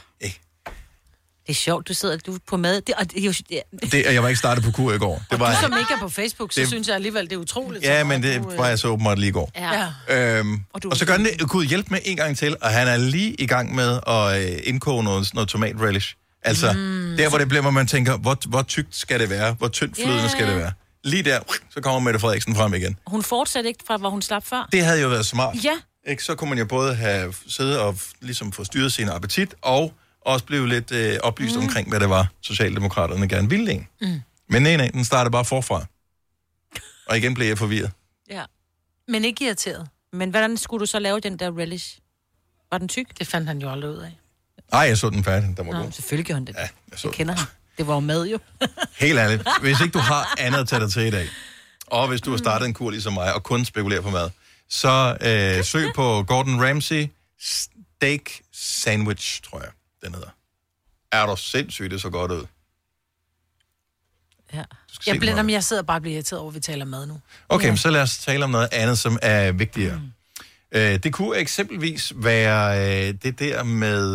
S3: Det er sjovt, du sidder du er på mad. Det, og det, er jo, ja.
S1: Det, og jeg var ikke startet på kur i går. Det
S2: Du
S1: var,
S2: som ikke er på Facebook, så
S1: Det-
S2: det... synes jeg alligevel, det er utroligt. så
S1: ja,
S2: meget
S1: men
S2: du, øh,
S1: det var jeg så åbenbart lige i går.
S2: Ja. ja.
S1: Øhm, og, og så gør han det, Gud hjælp med en gang til, og han er lige i gang med at øh, indkoge noget, noget tomat relish. Altså, mm. der hvor det bliver, hvor man tænker, hvor, hvor tykt skal det være? Hvor tyndt flydende
S3: Ja.
S1: yeah. skal det være? Lige der, så kommer Mette Frederiksen frem igen.
S3: Hun fortsatte ikke fra, hvor hun slap før.
S1: Det havde jo været smart.
S3: Ja.
S1: Ikke? Så kunne man jo både have siddet og f- ligesom få styret sin appetit, og også blive lidt øh, oplyst mm. omkring, hvad det var, Socialdemokraterne gerne ville en.
S2: Mm.
S1: Men nej, nej, den startede bare forfra. Og igen blev jeg forvirret.
S3: Ja.
S2: Men ikke irriteret.
S3: Men hvordan skulle du så lave den der relish? Var den tyk?
S2: Det fandt han jo aldrig ud af.
S1: Ej, jeg så den færdig. Den var
S3: Nå,
S1: god.
S3: selvfølgelig gjorde han det.
S1: Ja, jeg så
S3: Jeg kender ham. Det var jo mad jo.
S1: Helt ærligt, hvis ikke du har andet at tage dig til i dag, og hvis du har startet en kur ligesom mig, og kun spekulerer på mad, så øh, søg på Gordon Ramsay Steak Sandwich, tror jeg, den hedder. Er du sindssygt, det så godt ud.
S2: Ja.
S1: skal se
S2: Jeg, bliver,
S1: den
S2: jamen, jeg sidder bare og bliver irriteret over, at vi taler mad nu.
S1: Okay, ja. så lad os tale om noget andet, som er vigtigere. Mm. Øh, det kunne eksempelvis være øh, det der med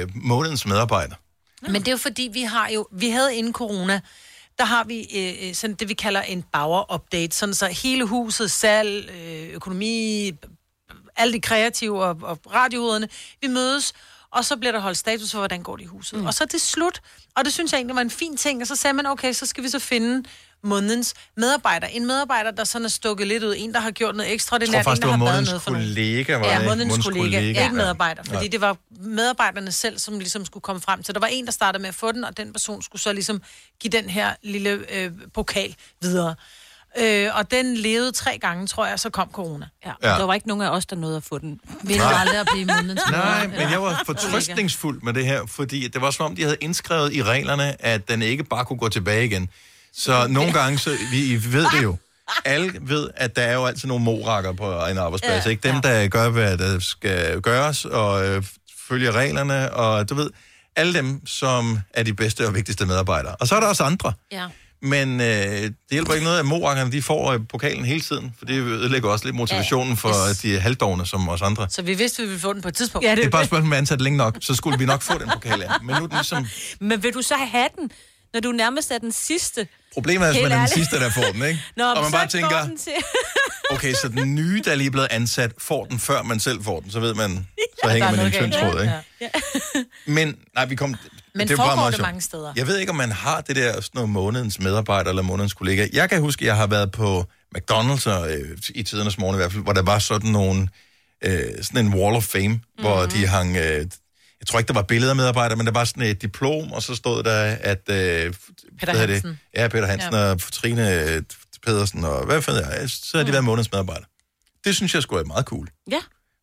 S1: øh, månedens medarbejder.
S2: Men det er jo fordi, vi har jo, vi havde inden corona, der har vi øh, øh, sådan det, vi kalder en Bauer-update, sådan så hele huset, salg, øh, økonomi, alt det kreative og, og radiohovederne, vi mødes, og så bliver der holdt status for, hvordan går det i huset. Mm. Og så er det slut, og det synes jeg egentlig var en fin ting, og så sagde man, okay, så skal vi så finde månedens medarbejder. En medarbejder, der sådan er stukket lidt ud, en, der har gjort noget ekstra, det
S1: Jeg tror faktisk, det var
S2: en, der har været
S1: månedens
S2: noget for nogen.
S1: kollega, var det,
S2: Ja,
S1: ikke?
S2: månedens kollega,
S1: kollega,
S2: ikke
S1: ja.
S2: medarbejder, fordi
S1: Nej.
S2: det var medarbejderne selv, som ligesom skulle komme frem til. Der var en, der startede med at få den, og den person skulle så ligesom give den her lille øh, pokal videre. Øh, og den levede tre gange, tror jeg, så kom corona. Ja.
S3: Ja. Der var ikke nogen af os, der nåede at få den.
S2: Vi nåede aldrig at blive månedens
S1: Nej, men jeg var fortrøstningsfuld med det her, fordi det var som om, de havde indskrevet i reglerne, at den ikke bare kunne gå tilbage igen. Så nogle gange, så, vi I ved det jo, alle ved, at der er jo altid nogle morakker på en arbejdsplads,
S8: Ja,
S1: ikke? Dem, der gør, hvad der skal gøres, og øh, følger reglerne, og du ved, alle dem, som er de bedste og vigtigste medarbejdere. Og så er der også andre.
S2: Ja.
S1: Men øh, det hjælper ikke noget, at morakkerne de får øh, pokalen hele tiden, for det ødelægger også lidt motivationen for yes. de halvdårne som os andre.
S2: Så vi vidste, vi ville få den på et tidspunkt.
S1: Ja, det, det er bare et spørgsmål, om vi er ansat længe nok, så skulle vi nok få den pokal af. Men nu er den ligesom...
S3: Men vil du så have den, når du nærmest er den sidste?
S1: Problemet er, hvis
S3: Helt
S1: man er den
S3: ærligt.
S1: sidste, der får den, ikke?
S3: Nå,
S1: og
S3: men
S1: man
S3: så
S1: bare
S3: går
S1: tænker,
S3: den til...
S1: Okay, så den nye, der lige er blevet ansat, får den, før man selv får den. Så ved man, så
S2: Der er
S1: hænger man i en
S2: noget
S1: tynd
S2: galt.
S1: tråd, ikke?
S2: Ja. Ja.
S1: Men, nej, vi kom...
S2: Men
S1: var bare
S2: foregår
S1: meget
S2: det
S1: sjovt.
S2: mange steder?
S1: Jeg ved ikke, om man har det der sådan noget månedens medarbejder eller månedens kollega. Jeg kan huske, at jeg har været på McDonald's og, øh, i tidernes morgen i hvert fald, hvor der var sådan nogle, øh, sådan en wall of fame, mm-hmm.
S2: Mhm.
S1: hvor de hang... Øh, jeg tror ikke, der var billeder af medarbejdere, men der var sådan et diplom, og så stod der, at... Øh, Peter
S8: Hansen.
S1: Det? Ja, Peter Hansen
S8: Ja.
S1: ja. og Trine øh, Pedersen og hvad fanden jeg, så
S2: Mhm.
S1: har de været månedens medarbejder. Det synes jeg skulle er meget cool.
S3: Ja.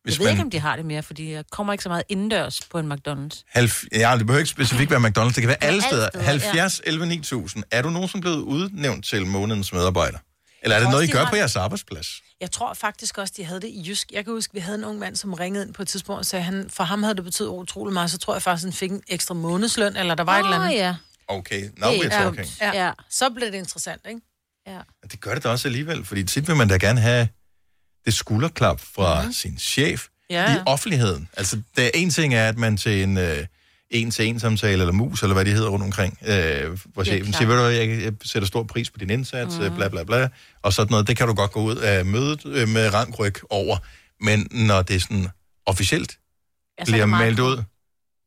S1: Hvis
S3: jeg ved
S1: man-
S3: ikke, om de har det mere, fordi jeg kommer ikke så meget indendørs på en McDonald's.
S1: Halv... Ja, det behøver ikke specifikt være McDonald's. Det kan være
S3: Ja,
S1: alle
S3: alle
S1: steder.
S3: steder,
S1: 70, 11, 9000. Er du nogensinde blevet udnævnt til månedens medarbejder? Eller er det
S2: Også
S1: noget, I
S2: de
S1: gør
S2: har-
S1: på jeres arbejdsplads?
S2: Jeg tror faktisk også, de havde det i Jysk. Jeg kan huske, vi havde en ung mand, som ringede ind på et tidspunkt og sagde, han, for ham havde det betydet utrolig meget, så tror jeg faktisk, han fik en ekstra månedsløn, eller der var et
S3: Åh,
S2: eller andet.
S3: ja.
S1: Okay, now we're talking.
S2: Ja. ja. Så blev det interessant, ikke?
S1: Det gør det da også alligevel, fordi tit vil man da gerne have det skulderklap fra
S2: Mhm.
S1: mm. sin chef
S2: Ja,
S1: i
S2: ja.
S1: offentligheden. Altså, der er en ting er, at man til en øh, en-til-en-samtale, eller mus, eller hvad de hedder rundt omkring, øh, hvor
S8: Ja,
S1: chefen
S8: klart.
S1: siger, ved du hvad, jeg, jeg sætter stor pris på din indsats, mm. bla bla bla, og sådan noget. Det kan du godt gå ud af mødet øh, med rangryg over. Men når det er sådan officielt,
S3: Ja,
S1: ja,
S3: så er
S1: bliver
S3: det meget
S1: meldt ud,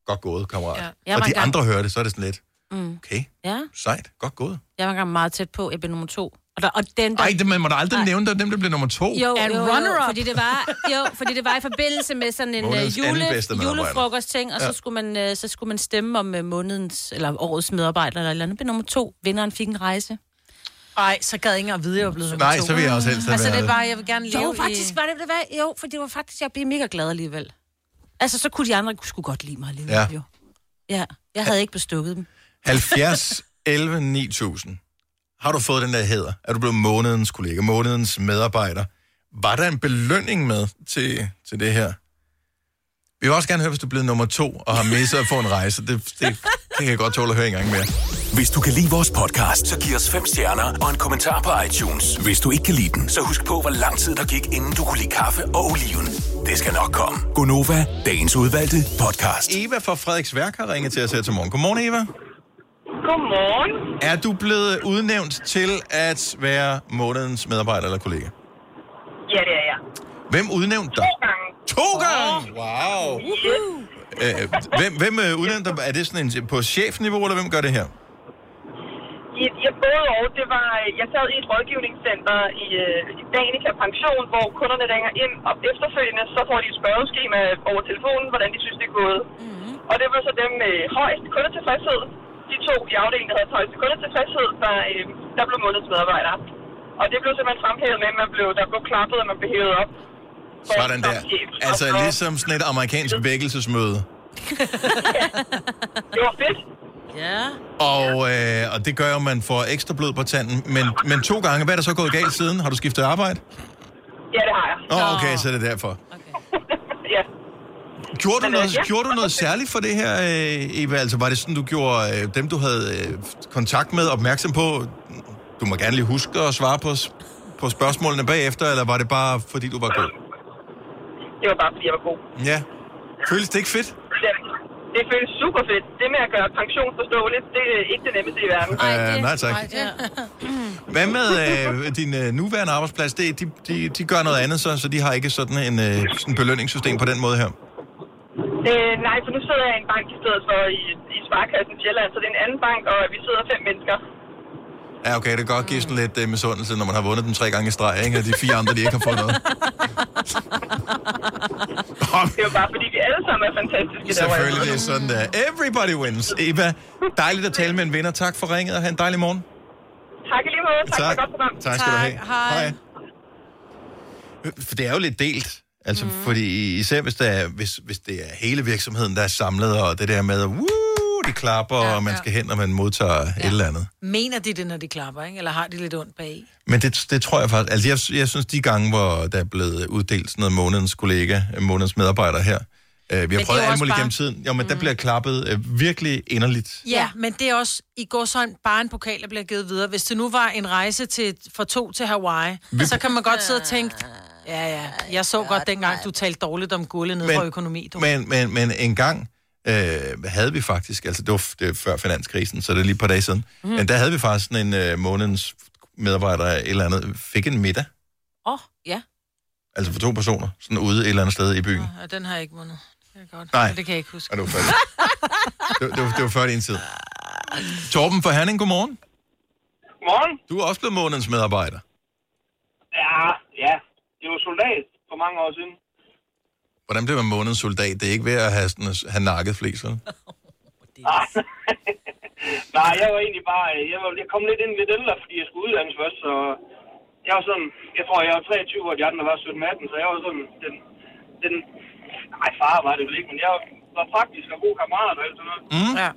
S1: godt gået, kammerat.
S3: Ja.
S1: Ja.
S3: Jeg
S1: Og
S3: var
S1: de
S3: engang-
S1: andre hører det, så er det sådan lidt,
S3: Mm.
S1: okay,
S3: Ja,
S1: sejt, godt gået.
S3: jeg var engang meget tæt på. Jeg blev nummer to. Og, der, og den der...
S1: Ej, det, man må da aldrig Ej. nævne dem, der blev nummer to.
S3: Jo, jo, jo, jo, fordi det var, jo, fordi det var i forbindelse med sådan en
S1: Månedens
S3: uh, jule,
S1: andenbedste medarbejder.
S3: julefrokostting, og
S1: Ja.
S3: så skulle, man, uh, så skulle man stemme om uh, månedens, eller årets medarbejder, eller et eller andet. Blev nummer to. Vinderen fik en rejse.
S2: Nej, så gad ikke at vide, at jeg var blevet nummer
S1: Nej,
S2: to.
S1: så vil jeg også helst have
S2: Altså, det er
S1: været-
S2: bare, jeg vil gerne leve
S3: Jo, faktisk
S2: i...
S3: var det, det var, jo, for det var faktisk, jeg blev mega glad alligevel. Altså, så kunne de andre skulle godt lide mig alligevel,
S1: Ja.
S3: ja. jo. Ja, jeg havde ikke bestukket dem.
S1: 70, 11, 9000. Har du fået den der hæder? Er du blevet månedens kollega, månedens medarbejder? Var der en belønning med til, til det her? Vi vil også gerne høre, hvis du er blevet nummer to og har misset at få en rejse. Det, det, det kan jeg godt tåle at høre en gang mere.
S4: Hvis du kan lide vores podcast, så giv os fem stjerner og en kommentar på iTunes. Hvis du ikke kan lide den, så husk på, hvor lang tid der gik, inden du kunne lide kaffe og oliven. Det skal nok komme.
S1: Gonova, dagens udvalgte podcast. Eva fra Frederiks Værk har ringet til os her til morgen. Godmorgen, Eva.
S9: Godmorgen.
S1: Er du blevet udnævnt til at være månedens medarbejder eller kollega?
S9: Ja, det er jeg.
S1: Hvem udnævnte dig? To gange! Wow! Øh, hvem hvem øh, udnævnte dig? Er det sådan en, på chefniveau, eller hvem gør det her?
S9: Jeg, jeg både og, det var, øh, jeg sad i et rådgivningscenter i, øh, i Danica Pension, hvor kunderne ringer ind, og efterfølgende så får de et spørgeskema over telefonen, hvordan de synes, det er gået. Mm-hmm. Og det var så dem med højst kundetilfredshed. De to i afdelingen, der havde højst kundetilfredshed, der, øh, der blev månedets medarbejdere. Og det blev simpelthen fremhævet med, at man blev, der blev klappet, og man blev hævet op.
S1: Sådan der. Altså ligesom sådan et amerikansk vækkelsesmøde.
S9: Det var fedt.
S3: Ja.
S1: Og, øh, og det gør jo, at man får ekstra blod på tanden. Men, men to gange, hvad er der så gået galt siden? Har du skiftet arbejde?
S9: Ja, det har jeg.
S1: Nå, okay, så er det derfor.
S9: Ja.
S1: Gjorde du,
S9: Men, øh,
S1: noget,
S9: ja.
S1: gjorde du noget særligt for det her, øh, Eva? Altså var det sådan, du gjorde øh, dem, du havde øh, kontakt med, opmærksom på, du må gerne lige huske at svare på, s- på spørgsmålene bagefter, eller var det bare, fordi du var god?
S9: Det var bare, fordi jeg var god.
S1: Ja. Føles det ikke fedt?
S9: Ja, Det føles super fedt. Det med at gøre pension forståeligt, det er ikke det nemmeste i verden.
S1: Ej, det- Øh, nej tak. ej,
S9: det.
S1: Hvad med øh, din øh, nuværende arbejdsplads? Det, de, de, de gør noget andet, så, så de har ikke sådan en øh, sådan belønningssystem på den måde her.
S9: Øh, nej, for nu sidder jeg i en bank i stedet for i, i Sparkassen Sjælland, så det er en anden bank, og vi sidder fem mennesker.
S1: Ja, okay, det kan godt give sådan lidt øh, misundelse, når man har vundet den tre gange i streg, ikke? og de fire andre, de ikke har fået noget.
S9: Det er jo bare, fordi vi alle sammen er fantastiske. der, hvor jeg
S1: Selvfølgelig, det er
S9: sidder.
S1: sådan der. Everybody wins. Eva, dejligt at tale med en vinder. Tak for ringet, og have en dejlig morgen.
S9: Tak i lige måde. Tak, for et godt program.
S1: tak skal du have. For det er jo lidt delt. Altså, mm. fordi især hvis, der er, hvis, hvis det er hele virksomheden, der er samlet, og det der med, woo, de klapper, ja, og man skal hen, og man modtager ja. et eller andet.
S2: Mener de det, når de klapper, ikke? Eller har de lidt ondt bag?
S1: Men det, det tror jeg faktisk... Altså, jeg, jeg synes, de gange, hvor der er blevet uddelt sådan noget månedens kollega, øh, månedens medarbejder her, øh, vi
S2: det
S1: har
S2: er
S1: prøvet
S2: jo
S1: alt
S2: også
S1: muligt
S2: bare-
S1: gennem tiden, jo, men mm. der bliver klappet øh, virkelig inderligt.
S2: Ja, ja, men det er også i går sådan bare en pokal, der bliver givet videre. Hvis det nu var en rejse til, fra to til Hawaii,
S1: Vi-
S2: så kan man godt sidde og tænke, ja, ja, jeg så godt dengang, du talte dårligt om guldet nede fra økonomi. Du.
S1: Men, men, men en gang øh, havde vi faktisk, altså det var, f- det var før finanskrisen, så det er lige et par dage siden,
S2: Mhm.
S1: mm. men der havde vi faktisk sådan en øh, månedens medarbejder eller et eller andet, fik en middag.
S3: Åh, Ja.
S1: Altså for to personer, sådan ude et eller andet sted i byen.
S2: Og den har jeg ikke vundet. Det er godt.
S1: Nej.
S2: Men Det kan jeg ikke huske.
S1: Og det var før, det, var- det, var, det var før din tid. Torben fra Herning, godmorgen.
S8: Godmorgen.
S1: Du er også blevet månedens medarbejder.
S8: Ja, ja. Det var soldat for mange år siden.
S1: Hvordan bliver man månedens soldat? Det er ikke ved at have, sådan, øh, have nakket flis, vel?
S8: Ah. Nej, jeg var egentlig bare... Jeg, var, jeg kom lidt ind lidt ældre, fordi jeg skulle uddannes først, så... Jeg var sådan... Jeg tror, jeg var 23, og de andre var 17-18, så jeg var sådan... Den, den, nej, far var det vel ikke, men jeg var praktisk og god kammerat og alt sådan noget.
S1: Mm.
S2: Ja.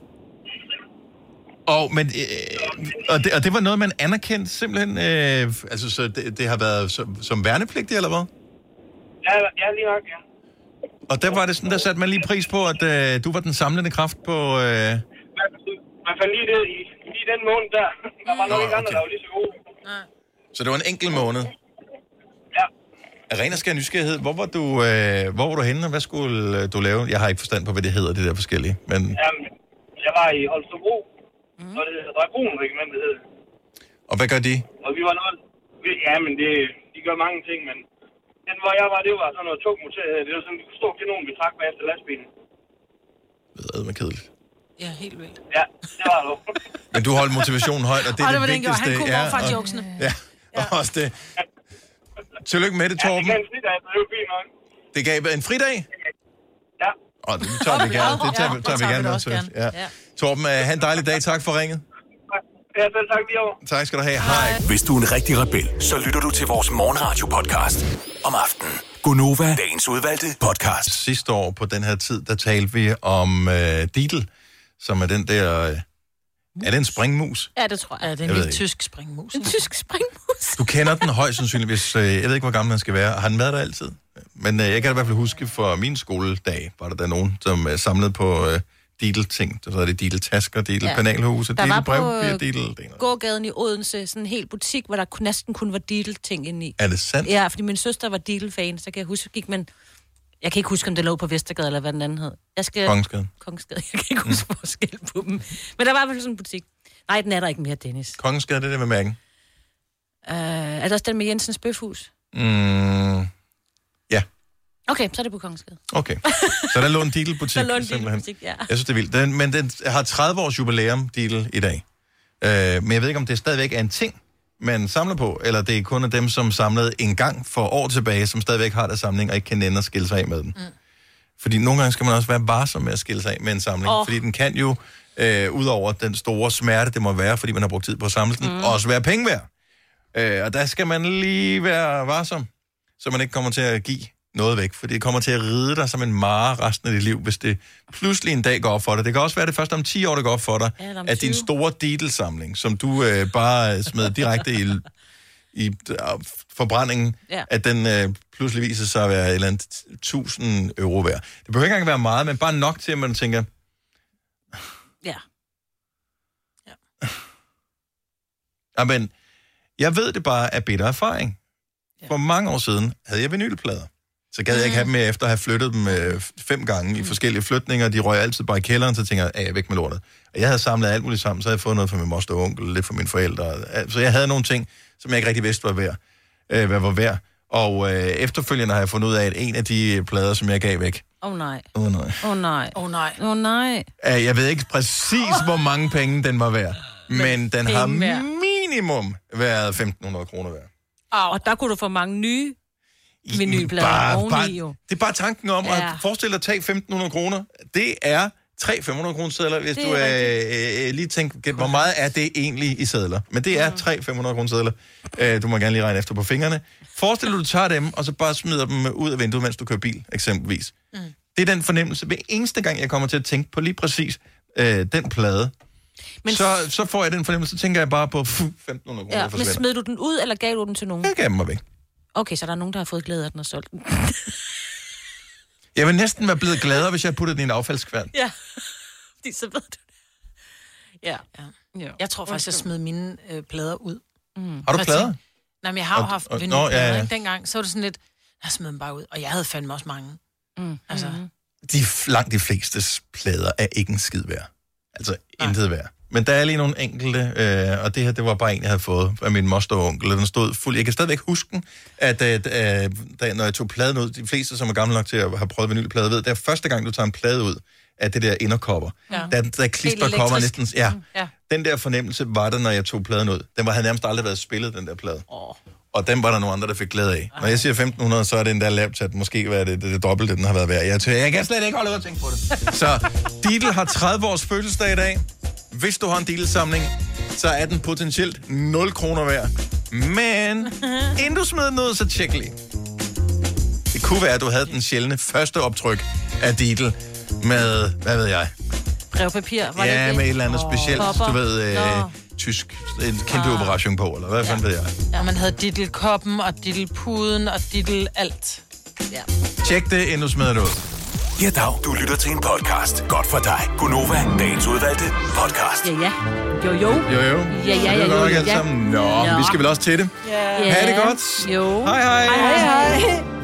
S1: Og, men, øh, og, det, og det var noget, man anerkendte simpelthen? Øh, altså, så det, det har været som, som værnepligtig, eller hvad?
S8: Ja, ja lige nok, ja.
S1: Og der var det sådan, der satte man lige pris på, at øh, du var den samlende kraft på... Øh,
S8: Man fandt lige det i lige den måned der. Der var nok ikke andre, der var lige så gode.
S1: så det var en enkelt måned. Ja. Af ren og skær nysgerrighed, hvor var, du, øh, hvor var du henne, og hvad skulle øh, du lave? Jeg har ikke forstand på, hvad det hedder, det der forskellige. Men,
S8: Jamen, jeg var i Holstebro, mm. og det hedder regimentet hed det.
S1: og hvad gør de?
S8: Og vi var noget... Vi, ja, men det, de gør mange ting, men... Den, hvor jeg var, det var sådan noget togmoteret. Det var sådan en stor kanon, vi trak bag efter lastbilen.
S1: Det er kedeligt.
S2: Ja, helt vildt.
S8: Ja, det var det.
S1: Men du holdt motivationen højt, og det er
S2: Åh,
S1: det,
S2: det var den, gjorde.
S1: vigtigste.
S2: Han kunne
S1: ja,
S2: morfar
S1: og-
S2: jokesene.
S1: Ja, og også det. Tillykke med det, Torben.
S8: Men snit af, det var jo fint nok.
S1: Det gav en fridag?
S8: Ja.
S1: Og det tager vi gerne. Det tager,
S8: Ja,
S1: vi-
S8: det
S1: tager vi
S8: tager vi
S1: gerne.
S8: da
S1: med
S8: også
S1: til.
S8: gerne.
S1: Ja.
S8: Ja.
S1: Torben, øh, have en dejlig dag. Tak for ringet.
S8: Ja, selv tak lige over.
S1: Tak skal du have. Hej.
S4: Hvis du er en rigtig rebel, så lytter du til vores morgenradio-podcast om aftenen. Gunova, dagens udvalgte podcast.
S1: Sidste år på den her tid, der talte vi om øh, Didel, som er den der... Øh, er det en springmus?
S3: Ja, det tror jeg. Ja, det
S1: er en Jeg lille ved ikke.
S2: tysk springmus.
S3: En tysk springmus.
S1: Du kender den højst sandsynligt, hvis... Øh, jeg ved ikke, hvor gammel man skal være. Har den været der altid? Men øh, jeg kan i hvert fald huske, for min skoledag var der, der nogen, som øh, samlede på øh, Didel-ting. Så er det Didel-tasker, Didel-penalhuse,
S3: Der var på
S1: Didel-brevpapir, Didel...
S3: øh, gågaden i Odense, sådan en hel butik, hvor der kun- næsten kun var Didel-ting inde i.
S1: Er det sandt?
S3: Ja, fordi min søster var Didel-fan, så kan jeg huske, gik man... Jeg kan ikke huske, om det lå på Vestergade, eller hvad den anden hed. Jeg skal...
S1: Kongensgade.
S3: Kongensgade. Jeg kan ikke huske forskel på dem. Men der var i hvert fald sådan en butik. Nej, den er der ikke mere, Dennis.
S1: Kongensgade, det der med mærken.
S3: Uh, er der også den med Jensens Bøfhus?
S1: Mm,
S3: Okay, så er det på Kongensgade.
S1: okay. Så der lå en Didel-butik,
S3: Der lå en Didel-butik,
S1: simpelthen.
S3: ja.
S1: Jeg synes, det er vildt. Den, men den har 30 års jubilæum, Didel, i dag. Øh, men jeg ved ikke, om det stadigvæk er en ting, man samler på, eller det er kun af dem, som samlede en gang for år tilbage, som stadigvæk har deres samling, og ikke kan nænde at skille sig af med den. Mm. Fordi nogle gange skal man også være varsom med at skille sig af med en samling,
S10: Åh.
S1: oh. fordi den kan jo, øh, ud over den store smerte, det må være, fordi man har brugt tid på at samle den, mm. også være penge værd. Øh, og der skal man lige være varsom, så man ikke kommer til at give noget væk, for det kommer til at ride dig som en mare resten af dit liv, hvis det pludselig en dag går op for dig. Det kan også være, at det først om 10 år, det går op for dig,
S10: Eller om
S1: at din
S10: 20.
S1: store Didel-samling, som du øh, bare smed direkte i, i øh, forbrændingen,
S10: Ja.
S1: ja. at den øh, pludselig viser sig at være et eller andet 1000 euro værd. Det behøver ikke engang være meget, men bare nok til, at man tænker,
S3: Ja.
S1: Jamen, jeg ved det bare af bitter erfaring. Ja. For mange år siden havde jeg vinylplader. Så gad jeg
S3: Ah.
S1: ikke have dem med efter at have flyttet dem øh, fem gange
S3: Mm.
S1: i forskellige flytninger. De røg altid bare i kælderen, så tænker jeg, "Ah, jeg er væk med lortet. Og jeg havde samlet alt muligt sammen, så havde jeg fået noget fra min moster og onkel, lidt fra mine forældre. Så jeg havde nogle ting, som jeg ikke rigtig vidste var værd. Øh, hvad var værd. Og øh, efterfølgende har jeg fundet ud af, at en af de øh, plader, som jeg gav væk,
S3: Åh oh, nej.
S1: Åh, nej.
S3: Åh oh, nej.
S2: Åh oh, nej.
S3: Åh oh, nej.
S1: Øh, jeg ved ikke præcis, hvor mange penge den var værd, men, men den har
S3: penge værd.
S1: minimum været 1.500 kroner værd.
S3: Oh. Og der kunne du få mange nye vinylplader
S1: bare,
S3: oveni
S1: bare,
S3: jo.
S1: det er bare tanken om ja.
S3: Ja.
S1: at forestille dig at tage 1.500 kroner. Det er tre 500 kroner sædler, hvis
S10: Det
S1: du
S10: er
S1: øh, øh, lige tænker, gæt, hvor meget er det egentlig i sædler? Men det er tre 500 kroner sædler. Øh, du må gerne lige regne efter på fingrene. Forestil dig, du tager dem, og så bare smider dem ud af vinduet, mens du kører bil, eksempelvis. Mm. Det er den fornemmelse. Hver eneste gang, jeg kommer til at tænke på lige præcis øh, den plade,
S3: Men-
S1: Men... så, så får jeg den fornemmelse, så tænker jeg bare på "Fuh, 1.500 kroner
S3: Ja,
S1: ja,
S3: men smed du den ud, eller gav du den til nogen?
S1: Jeg gav dem mig væk.
S3: Okay, så der er nogen, der har fået glæde af den og solgt den.
S1: Jeg vil næsten være blevet gladere, hvis jeg puttede den i en affaldskværn.
S3: ja, fordi så ved du det. Ja.
S2: ja. Jeg tror faktisk, jeg smed mine øh, plader ud. Mm.
S1: Har du plader?
S2: Nej, men jeg har jo
S1: Og-
S2: haft
S1: og-
S2: vinylplader,
S1: nå, ja, ja.
S2: ikke? Dengang, så var det sådan lidt, jeg smed dem bare ud. Og jeg havde fandme også mange. Mm.
S3: Mm-hmm.
S2: Altså,
S1: de, langt de fleste plader er ikke en skid værd. Altså, Nej. intet værd. Men der er lige nogle enkelte, øh, og det her, det var bare en, jeg havde fået af min moster og onkel, og den stod fuld. Jeg kan stadigvæk huske, den, at, øh, at, at, at når jeg tog pladen ud, de fleste, som er gamle nok til at have prøvet vinylplade, ved, det er første gang, du tager en plade ud af det der inderkopper.
S10: Ja.
S1: Ja. Der, der klister
S10: Helt
S1: kommer
S10: elektrisk. Mm,
S1: næsten... Ja.
S10: Ja.
S1: Den der fornemmelse var der, når jeg tog pladen ud. Den var, havde nærmest aldrig været spillet, den der plade.
S10: Oh.
S1: Og den var der nogle andre, der fik glæde af. Når jeg siger 1500, så er det endda lavt sat. Måske var det det, det dobbelte, den har været værd. Jeg, tør, jeg kan slet ikke holde ud at tænke på det. Så Didel har 30 års fødselsdag i dag. Hvis du har en Didel-samling, så er den potentielt 0 kroner værd. Men inden du smider noget, så tjek lige. Det kunne være, at du havde den sjældne første optryk af Didel med, hvad ved jeg,
S3: Brevpapir, var det
S1: ja,
S3: ikke det?
S1: med et eller andet specielt,
S3: Kopper.
S1: du ved, øh,
S3: Nå.
S1: tysk, en kæmpe
S2: Ah.
S1: operation på, eller hvad fanden ved jeg.
S2: Ja, man havde diddelkoppen og diddelpuden og diddel alt. Ja.
S1: Tjek det, inden du smider det ud.
S4: Ja, dag. Du lytter til en podcast. Godt for dig. Gunova, dagens udvalgte podcast.
S3: Ja, ja. Jo, jo.
S1: Jo, jo.
S3: Ja, ja,
S1: Så det
S3: ja,
S1: er
S3: jo,
S1: godt nok
S3: ja,
S1: alt
S3: ja.
S1: sammen. Nå,
S3: Nå.
S1: vi skal vel også til det.
S3: Ja.
S1: Ha' det godt.
S3: Jo.
S1: Hej, hej.
S3: Hej, hej.